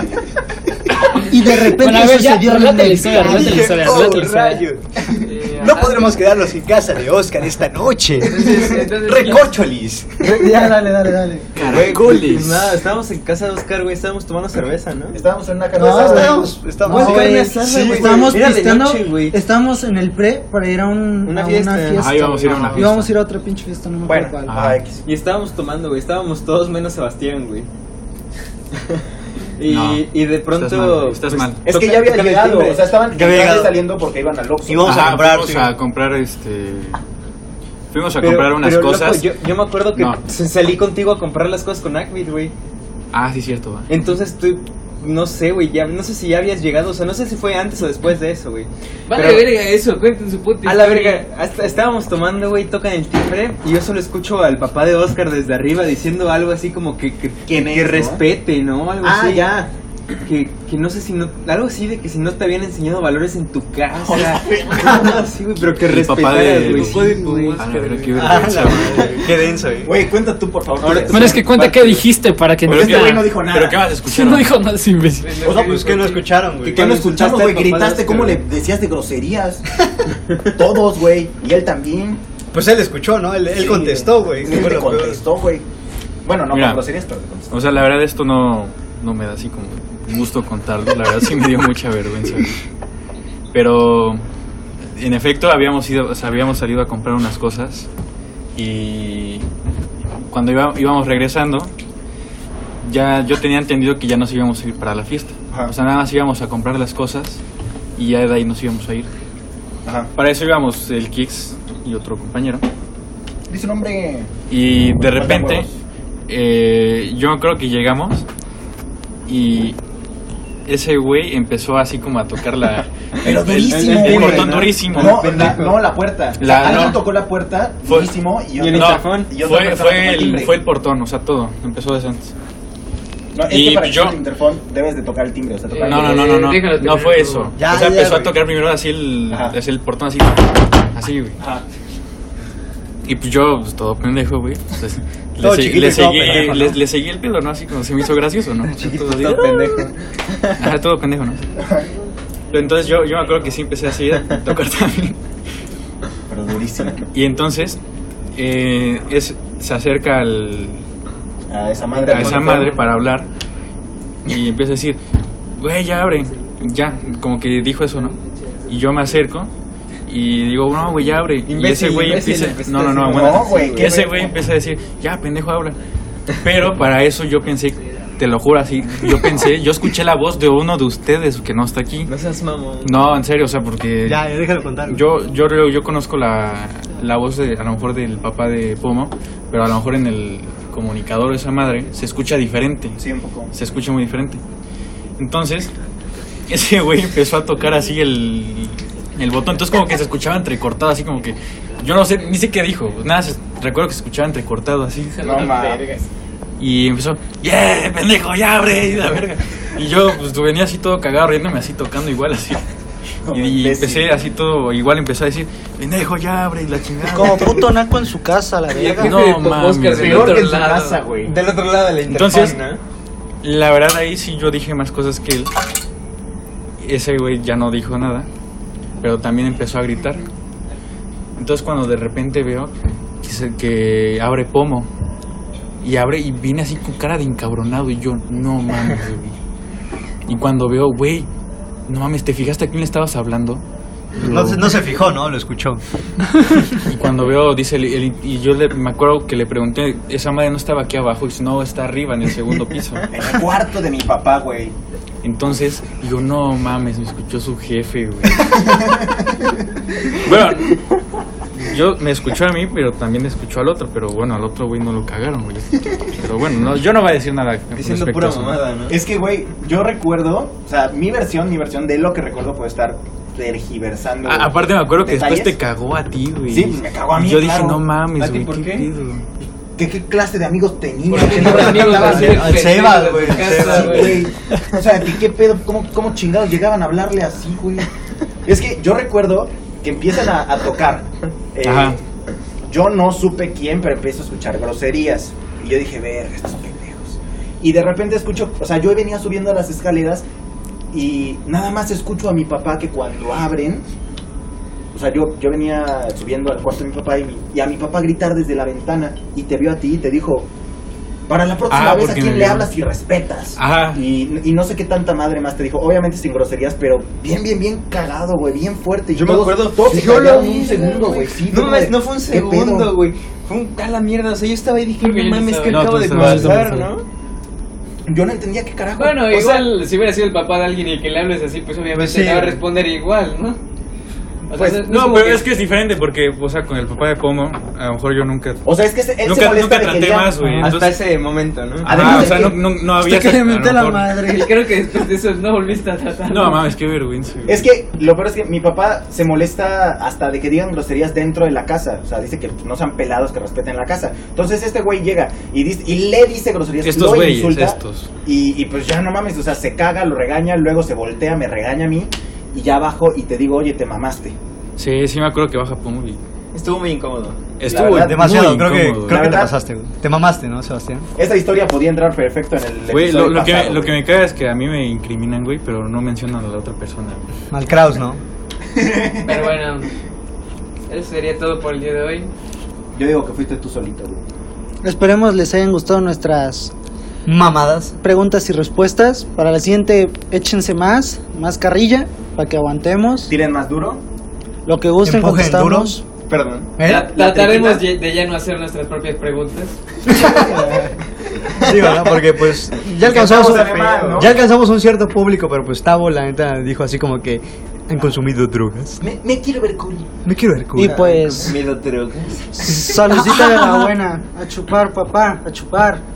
Speaker 5: Y de repente
Speaker 7: Bueno, a ver, ya,
Speaker 5: sucedió
Speaker 7: relata la
Speaker 5: realmente.
Speaker 7: historia, relata la historia, relata la historia.
Speaker 3: Eh,
Speaker 4: "Oh, No
Speaker 3: ajá.
Speaker 4: podremos quedarnos en casa de Oscar esta noche.
Speaker 3: Entonces, entonces,
Speaker 4: Recorcholis.
Speaker 5: Ya, dale, dale, dale.
Speaker 6: Caracoles. Nada, estábamos en casa de Oscar, güey. Estábamos tomando cerveza, ¿no?
Speaker 1: Estábamos en una
Speaker 4: Ah,
Speaker 5: No,
Speaker 1: carne asada.
Speaker 4: Estamos, estamos.
Speaker 5: No,
Speaker 6: de
Speaker 5: güey,
Speaker 6: carne asada,
Speaker 5: sí,
Speaker 6: güey.
Speaker 5: estábamos
Speaker 6: Era de
Speaker 5: pisteando,
Speaker 6: noche, güey.
Speaker 5: estábamos en el pre para ir a, un,
Speaker 6: Una
Speaker 5: a
Speaker 6: fiesta.
Speaker 5: una fiesta.
Speaker 8: Ah, íbamos a ir a una
Speaker 5: Ajá.
Speaker 8: fiesta.
Speaker 5: Íbamos a ir a otra pinche fiesta, no me acuerdo
Speaker 1: Bueno,
Speaker 5: cuál.
Speaker 8: Ah.
Speaker 1: ah, X.
Speaker 6: Y estábamos tomando, güey. Estábamos todos menos Sebastián, güey. y,
Speaker 8: No.
Speaker 6: y de pronto. pues,
Speaker 8: Estás mal, estás mal.
Speaker 1: Es que
Speaker 6: toca-
Speaker 1: ya había
Speaker 6: tocan el
Speaker 1: llegado,
Speaker 6: timbre.
Speaker 1: o sea, estaban
Speaker 4: Ya había
Speaker 1: entrando y
Speaker 4: llegado.
Speaker 1: saliendo porque iban al Oxxo.
Speaker 4: Y vamos a
Speaker 8: Ajá,
Speaker 4: comprar,
Speaker 8: Fuimos
Speaker 4: sí.
Speaker 8: Ah, a comprar este. Fuimos a
Speaker 6: Pero-
Speaker 8: comprar unas
Speaker 6: pero, loco,
Speaker 8: cosas.
Speaker 6: yo, yo me acuerdo que
Speaker 8: No.
Speaker 6: s- salí contigo a comprar las cosas con Acme, güey.
Speaker 8: Ah, sí, cierto. va.
Speaker 6: Entonces tú. No sé, güey. Ya, no sé si ya habías llegado. O sea, no sé si fue antes o después de eso, güey.
Speaker 3: Vale,
Speaker 6: Pero-
Speaker 3: verga, eso, cuenten su puta
Speaker 6: A la
Speaker 3: historia.
Speaker 6: verga, hasta- estábamos tomando, güey, tocan el timbre y yo solo escucho al papá de Oscar desde arriba diciendo algo así como que, que,
Speaker 1: ¿Quién
Speaker 6: que
Speaker 1: Ah, es, no?
Speaker 6: respete, ¿no? Algo
Speaker 1: Ah,
Speaker 6: así.
Speaker 1: ya.
Speaker 6: Que, que no sé si no, algo así de que si no te habían enseñado valores en tu
Speaker 8: <laughs>
Speaker 6: casa. Algo así, güey, pero que
Speaker 8: El papá
Speaker 6: respetaras,
Speaker 8: de-
Speaker 6: güey.
Speaker 8: papá de
Speaker 6: Sí, güey.
Speaker 3: Pues
Speaker 8: A Ah, la verga, qué vergüenza, güey.
Speaker 4: Qué denso, eh.
Speaker 1: Güey, cuenta tú, por favor.
Speaker 6: Ahora-
Speaker 1: tú
Speaker 7: Bueno, es que cuenta
Speaker 6: Va-
Speaker 7: qué dijiste para que
Speaker 8: Pero
Speaker 1: este
Speaker 8: qué-
Speaker 1: güey
Speaker 7: <laughs>
Speaker 1: no dijo nada.
Speaker 8: Pero qué más escucharon.
Speaker 7: No dijo nada, es imbécil.
Speaker 4: O sea, pues que no escucharon, güey.
Speaker 1: ¿Qué no
Speaker 6: Cuando
Speaker 1: escuchamos,
Speaker 6: escuchaste
Speaker 1: güey?
Speaker 6: al papá de
Speaker 1: Gritaste,
Speaker 6: Oscar,
Speaker 1: ¿cómo le
Speaker 6: güey.
Speaker 1: decías de groserías? Todos, güey. Y él también.
Speaker 4: Pues él escuchó, ¿no? Él, él
Speaker 1: Sí,
Speaker 4: contestó, güey.
Speaker 1: Sí,
Speaker 4: Fue
Speaker 1: te
Speaker 4: lo peor.
Speaker 1: contestó, güey. Bueno, no
Speaker 8: Mira.
Speaker 1: con groserías, pero te contestó.
Speaker 8: O sea, la verdad esto no, no me da así como gusto contarlo. La verdad sí me dio mucha vergüenza. Pero en efecto habíamos ido, o sea, habíamos salido a comprar unas cosas y cuando iba- íbamos regresando ya yo tenía entendido que ya nos íbamos a ir para la fiesta.
Speaker 1: Ajá.
Speaker 8: O sea, nada más íbamos a comprar las cosas y ya de ahí nos íbamos a ir.
Speaker 1: Ajá.
Speaker 8: Para eso íbamos el Kix y otro compañero.
Speaker 1: Dice un hombre.
Speaker 8: Y de
Speaker 1: Faltan
Speaker 8: repente,
Speaker 1: huevos.
Speaker 8: eh, yo creo que llegamos y ese güey empezó así como a
Speaker 1: <laughs>
Speaker 8: tocar la...
Speaker 1: Pero
Speaker 8: el- el-
Speaker 1: durísimo,
Speaker 8: El,
Speaker 1: güey.
Speaker 8: portón durísimo.
Speaker 1: No,
Speaker 6: pendejo.
Speaker 1: la, no, la puerta. O
Speaker 8: La-
Speaker 1: sea, alguien
Speaker 8: no.
Speaker 1: tocó la puerta
Speaker 8: Fue-
Speaker 1: durísimo y
Speaker 6: y
Speaker 1: yo
Speaker 6: el
Speaker 8: No,
Speaker 6: interfón.
Speaker 1: y otra
Speaker 8: fue,
Speaker 1: persona tocó
Speaker 8: fue,
Speaker 1: el
Speaker 8: el,
Speaker 1: timbre.
Speaker 8: fue el portón, o sea, todo. Empezó desde antes.
Speaker 1: No, es
Speaker 8: Y
Speaker 1: que para
Speaker 8: yo-
Speaker 1: que el interfón debes de tocar el timbre, o sea, tocar
Speaker 8: No,
Speaker 1: el
Speaker 8: no, no, no, no.
Speaker 3: Déjalo
Speaker 8: No
Speaker 3: terminar,
Speaker 8: fue
Speaker 3: tú.
Speaker 8: eso.
Speaker 4: Ya,
Speaker 8: o
Speaker 4: ya,
Speaker 8: sea, empezó a
Speaker 4: güey.
Speaker 8: tocar primero así el,
Speaker 1: Ajá.
Speaker 8: así el portón, así. Así, güey.
Speaker 1: Ajá.
Speaker 8: Y pues yo, pues, todo pendejo, güey. Entonces, le,
Speaker 4: Todo
Speaker 8: se-
Speaker 4: chiquito
Speaker 8: le
Speaker 4: y todo
Speaker 8: seguí,
Speaker 4: pendejo, ¿no?
Speaker 8: le, le seguí el pedo, ¿no? Así como se me hizo gracioso, ¿no? Todo así.
Speaker 6: pendejo.
Speaker 8: <laughs> Ajá, todo pendejo, ¿no? Pero Entonces yo, yo me acuerdo que sí empecé así a tocar <laughs> también.
Speaker 1: Pero durísimo.
Speaker 8: Y entonces eh, es, se acerca al,
Speaker 1: A esa madre.
Speaker 8: a esa madre para hablar y empieza a decir, güey, ya abre, ya, como que dijo eso, ¿no? Y yo me acerco y digo, no, güey, ya abre. y
Speaker 6: Imbécil,
Speaker 8: ese güey
Speaker 6: imbécil,
Speaker 8: empieza,
Speaker 6: empezaste
Speaker 8: no, no, no,
Speaker 6: a decir,
Speaker 8: aguanta.
Speaker 1: No, güey, qué
Speaker 8: ese
Speaker 1: ver-
Speaker 8: güey empieza a decir, ya, pendejo, habla. Pero para eso yo pensé, te lo juro así, yo pensé, yo escuché la voz de uno de ustedes que no está aquí.
Speaker 6: No seas mamón.
Speaker 8: No, en serio, o sea, porque
Speaker 4: Ya, ya déjalo contar. güey.
Speaker 8: yo, yo, creo- yo conozco la, la voz de, a lo mejor del papá de Pomo, pero a lo mejor en el comunicador de esa madre se escucha diferente,
Speaker 1: Sí, un poco.
Speaker 8: se escucha muy diferente. Entonces, <laughs> ese güey empezó a tocar así el, el botón, entonces como que se escuchaba entrecortado, así como que, yo no sé, ni sé qué dijo, nada, se- recuerdo que se escuchaba entrecortado así.
Speaker 1: No, mames.
Speaker 8: Y empezó, ¡yeah, pendejo, ya abre! Y la verga. Y yo, pues, venía así todo cagado, riéndome así, tocando
Speaker 1: <laughs>
Speaker 8: igual así. Y,
Speaker 1: Como
Speaker 8: y
Speaker 1: imbécil.
Speaker 8: empecé así todo, igual empecé a decir, pendejo, ya abre, y la chingada.
Speaker 5: Como puto naco en su casa, la
Speaker 3: El
Speaker 5: verga.
Speaker 3: jefe
Speaker 8: No,
Speaker 3: de Pop
Speaker 8: mames.
Speaker 3: Oscar del
Speaker 8: Peor
Speaker 3: otro
Speaker 1: que en su
Speaker 3: lado.
Speaker 1: casa, güey.
Speaker 6: Del otro lado del interfón,
Speaker 8: Entonces-
Speaker 6: ¿no?
Speaker 8: La verdad, ahí sí yo dije más cosas que él. Ese güey ya no dijo nada, pero también empezó a gritar. Entonces, cuando de repente veo que, se- que abre pomo, y abre y viene así con cara de encabronado, y yo, no mames, güey". Y cuando veo, güey, no mames, ¿te fijaste a quién le estabas hablando? Y yo-
Speaker 4: No, se- no se fijó, ¿no? Lo escuchó.
Speaker 8: Y cuando veo, dice, el- el- y yo le- me acuerdo que le pregunté, esa madre no estaba aquí abajo, y dice, no, está arriba, en el segundo
Speaker 4: <laughs>
Speaker 8: piso.
Speaker 1: En el cuarto de mi papá, güey.
Speaker 8: Entonces, digo, no mames, me escuchó su jefe, güey. bueno, yo me escuchó a mí, pero también escuchó al otro, pero bueno, al otro güey no lo cagaron, güey. Pero bueno, no, yo no voy a decir nada.
Speaker 6: Diciendo
Speaker 8: respecto a
Speaker 6: pura
Speaker 8: eso.
Speaker 6: mamada,
Speaker 4: Eh,
Speaker 6: ¿no?
Speaker 1: Es que, güey, yo recuerdo, o sea, mi versión, mi versión de lo que recuerdo puede estar tergiversando.
Speaker 8: A- Ah, aparte me acuerdo que después te
Speaker 1: detalles.
Speaker 8: cagó a ti, güey.
Speaker 1: Sí, pues, me cagó a mí,
Speaker 8: Y yo dije,
Speaker 1: claro.
Speaker 8: no mames,
Speaker 6: ¿A ti
Speaker 8: güey,
Speaker 6: por
Speaker 8: qué
Speaker 6: qué?
Speaker 8: pedo.
Speaker 1: ¿Qué, qué clase de amigos tenías?
Speaker 3: ¿Por qué no tenías
Speaker 1: Estaban-
Speaker 3: amigos?
Speaker 4: Al Sebas, güey. al
Speaker 3: Casa,
Speaker 4: Sebas,
Speaker 3: güey.
Speaker 1: güey. O sea, ¿qué, qué pedo? ¿Cómo, ¿Cómo chingados llegaban a hablarle así, güey? Es que yo recuerdo que empiezan a, a tocar. Eh,
Speaker 8: Ajá.
Speaker 1: Yo no supe quién, pero empiezo a escuchar groserías. Y yo dije, verga, estos pendejos. Y de repente escucho, o sea, yo venía subiendo las escaleras Y nada más escucho a mi papá que cuando abren, o sea, yo, yo venía subiendo al cuarto de mi papá y, mi- y a mi papá gritar desde la ventana y te vio a ti y te dijo, para la próxima
Speaker 8: Ah,
Speaker 1: vez a
Speaker 8: porque
Speaker 1: quién
Speaker 8: me
Speaker 1: le
Speaker 8: vio.
Speaker 1: hablas y respetas.
Speaker 8: Ajá.
Speaker 1: Y, y no sé qué tanta madre más te dijo, obviamente sin groserías, pero bien, bien, bien cagado, güey, bien fuerte. Y
Speaker 6: Yo me
Speaker 1: todos-
Speaker 6: acuerdo,
Speaker 1: todos se
Speaker 6: yo lo
Speaker 1: callaron
Speaker 6: vi,
Speaker 1: un segundo, güey. sí,
Speaker 6: no
Speaker 1: como
Speaker 6: mames,
Speaker 4: eh,
Speaker 1: de,
Speaker 6: no fue un
Speaker 1: ¿qué pedo?
Speaker 6: segundo, güey. Fue un a la mierda. O sea, yo estaba ahí y dije,
Speaker 7: Creo que
Speaker 6: no
Speaker 7: yo
Speaker 6: mames,
Speaker 7: estaba-
Speaker 6: que
Speaker 7: No,
Speaker 6: acabo
Speaker 8: tú
Speaker 6: de
Speaker 8: estabas, tú
Speaker 6: pasar,
Speaker 8: estabas.
Speaker 6: ¿no?
Speaker 1: Yo no entendía qué carajo.
Speaker 7: Bueno,
Speaker 1: O sea,
Speaker 7: igual, si hubiera sido el papá de alguien y que le hables así, pues obviamente
Speaker 6: Pues sí,
Speaker 7: te va a
Speaker 6: güey.
Speaker 7: responder igual, ¿no? O sea,
Speaker 1: Pues,
Speaker 7: es-
Speaker 8: No,
Speaker 7: como
Speaker 8: pero es que es diferente porque, o sea, con el papá de Pomo, a lo mejor yo nunca.
Speaker 1: O sea, es que se- él se
Speaker 8: Nunca,
Speaker 1: molesta
Speaker 8: nunca
Speaker 1: de que
Speaker 8: traté
Speaker 1: ya-
Speaker 8: más, güey.
Speaker 6: Hasta
Speaker 8: Entonces,
Speaker 6: ese momento, ¿no?
Speaker 1: Ah, además
Speaker 8: ajá, o
Speaker 1: de
Speaker 8: sea,
Speaker 1: que-
Speaker 8: no, no, no había.
Speaker 5: que le
Speaker 8: a lo
Speaker 5: menté la
Speaker 8: mejor-
Speaker 5: madre.
Speaker 7: <laughs> Creo que después de eso no volviste a tratar.
Speaker 8: No, mames, qué vergüenza. güey.
Speaker 1: Es que lo peor es que mi papá se molesta hasta de que digan groserías dentro de la casa. O sea, dice que no sean pelados, que respeten la casa. Entonces este güey llega y, dice- y le dice groserías.
Speaker 8: Estos
Speaker 1: lo
Speaker 8: güeyes,
Speaker 1: insulta,
Speaker 8: estos.
Speaker 1: Y, y pues ya no mames, o sea, se caga, lo regaña, luego se voltea, me regaña a mí. Y ya bajo y te digo, oye, te mamaste.
Speaker 8: Sí, sí me acuerdo que baja Pomo y.
Speaker 6: Estuvo muy incómodo.
Speaker 8: Estuvo
Speaker 1: verdad,
Speaker 4: Demasiado,
Speaker 8: muy
Speaker 4: creo que,
Speaker 8: incómodo.
Speaker 4: creo
Speaker 1: La
Speaker 4: que te
Speaker 1: verdad-
Speaker 4: pasaste, güey. Te mamaste, ¿no, Sebastián?
Speaker 1: Esta historia podía entrar perfecto en el.
Speaker 8: Güey, lo,
Speaker 1: episodio
Speaker 8: lo que,
Speaker 1: pasado,
Speaker 8: lo que
Speaker 1: güey.
Speaker 8: me cae es que a mí me incriminan, güey, pero no mencionan a la otra persona. güey.
Speaker 4: Mal Kraus, ¿no?
Speaker 7: Pero bueno, eso sería todo por el día de hoy.
Speaker 1: Yo digo que fuiste tú solito, güey.
Speaker 5: Esperemos les hayan gustado nuestras
Speaker 4: Mamadas.
Speaker 5: preguntas y respuestas. Para la siguiente, échense más, más carrilla, para que aguantemos.
Speaker 1: Tiren más duro.
Speaker 5: Lo que gusten
Speaker 4: Empujen
Speaker 5: contestamos.
Speaker 6: Perdón.
Speaker 4: ¿Eh?
Speaker 7: Tra-
Speaker 1: la
Speaker 7: trataremos
Speaker 1: triquina.
Speaker 7: ye- de ya no hacer nuestras propias preguntas.
Speaker 4: Sí, ¿verdad?
Speaker 1: <laughs>
Speaker 4: Porque pues ya alcanzamos,
Speaker 1: Estamos de mal, ¿no?
Speaker 4: ya alcanzamos un cierto público, pero pues Tavo la neta dijo así como que han consumido drogas.
Speaker 1: Me, me quiero ver cool.
Speaker 4: Me quiero ver cool.
Speaker 5: Y pues,
Speaker 6: Miedo drogas.
Speaker 8: <laughs>
Speaker 5: saludcita de la buena. A chupar, papá, a chupar.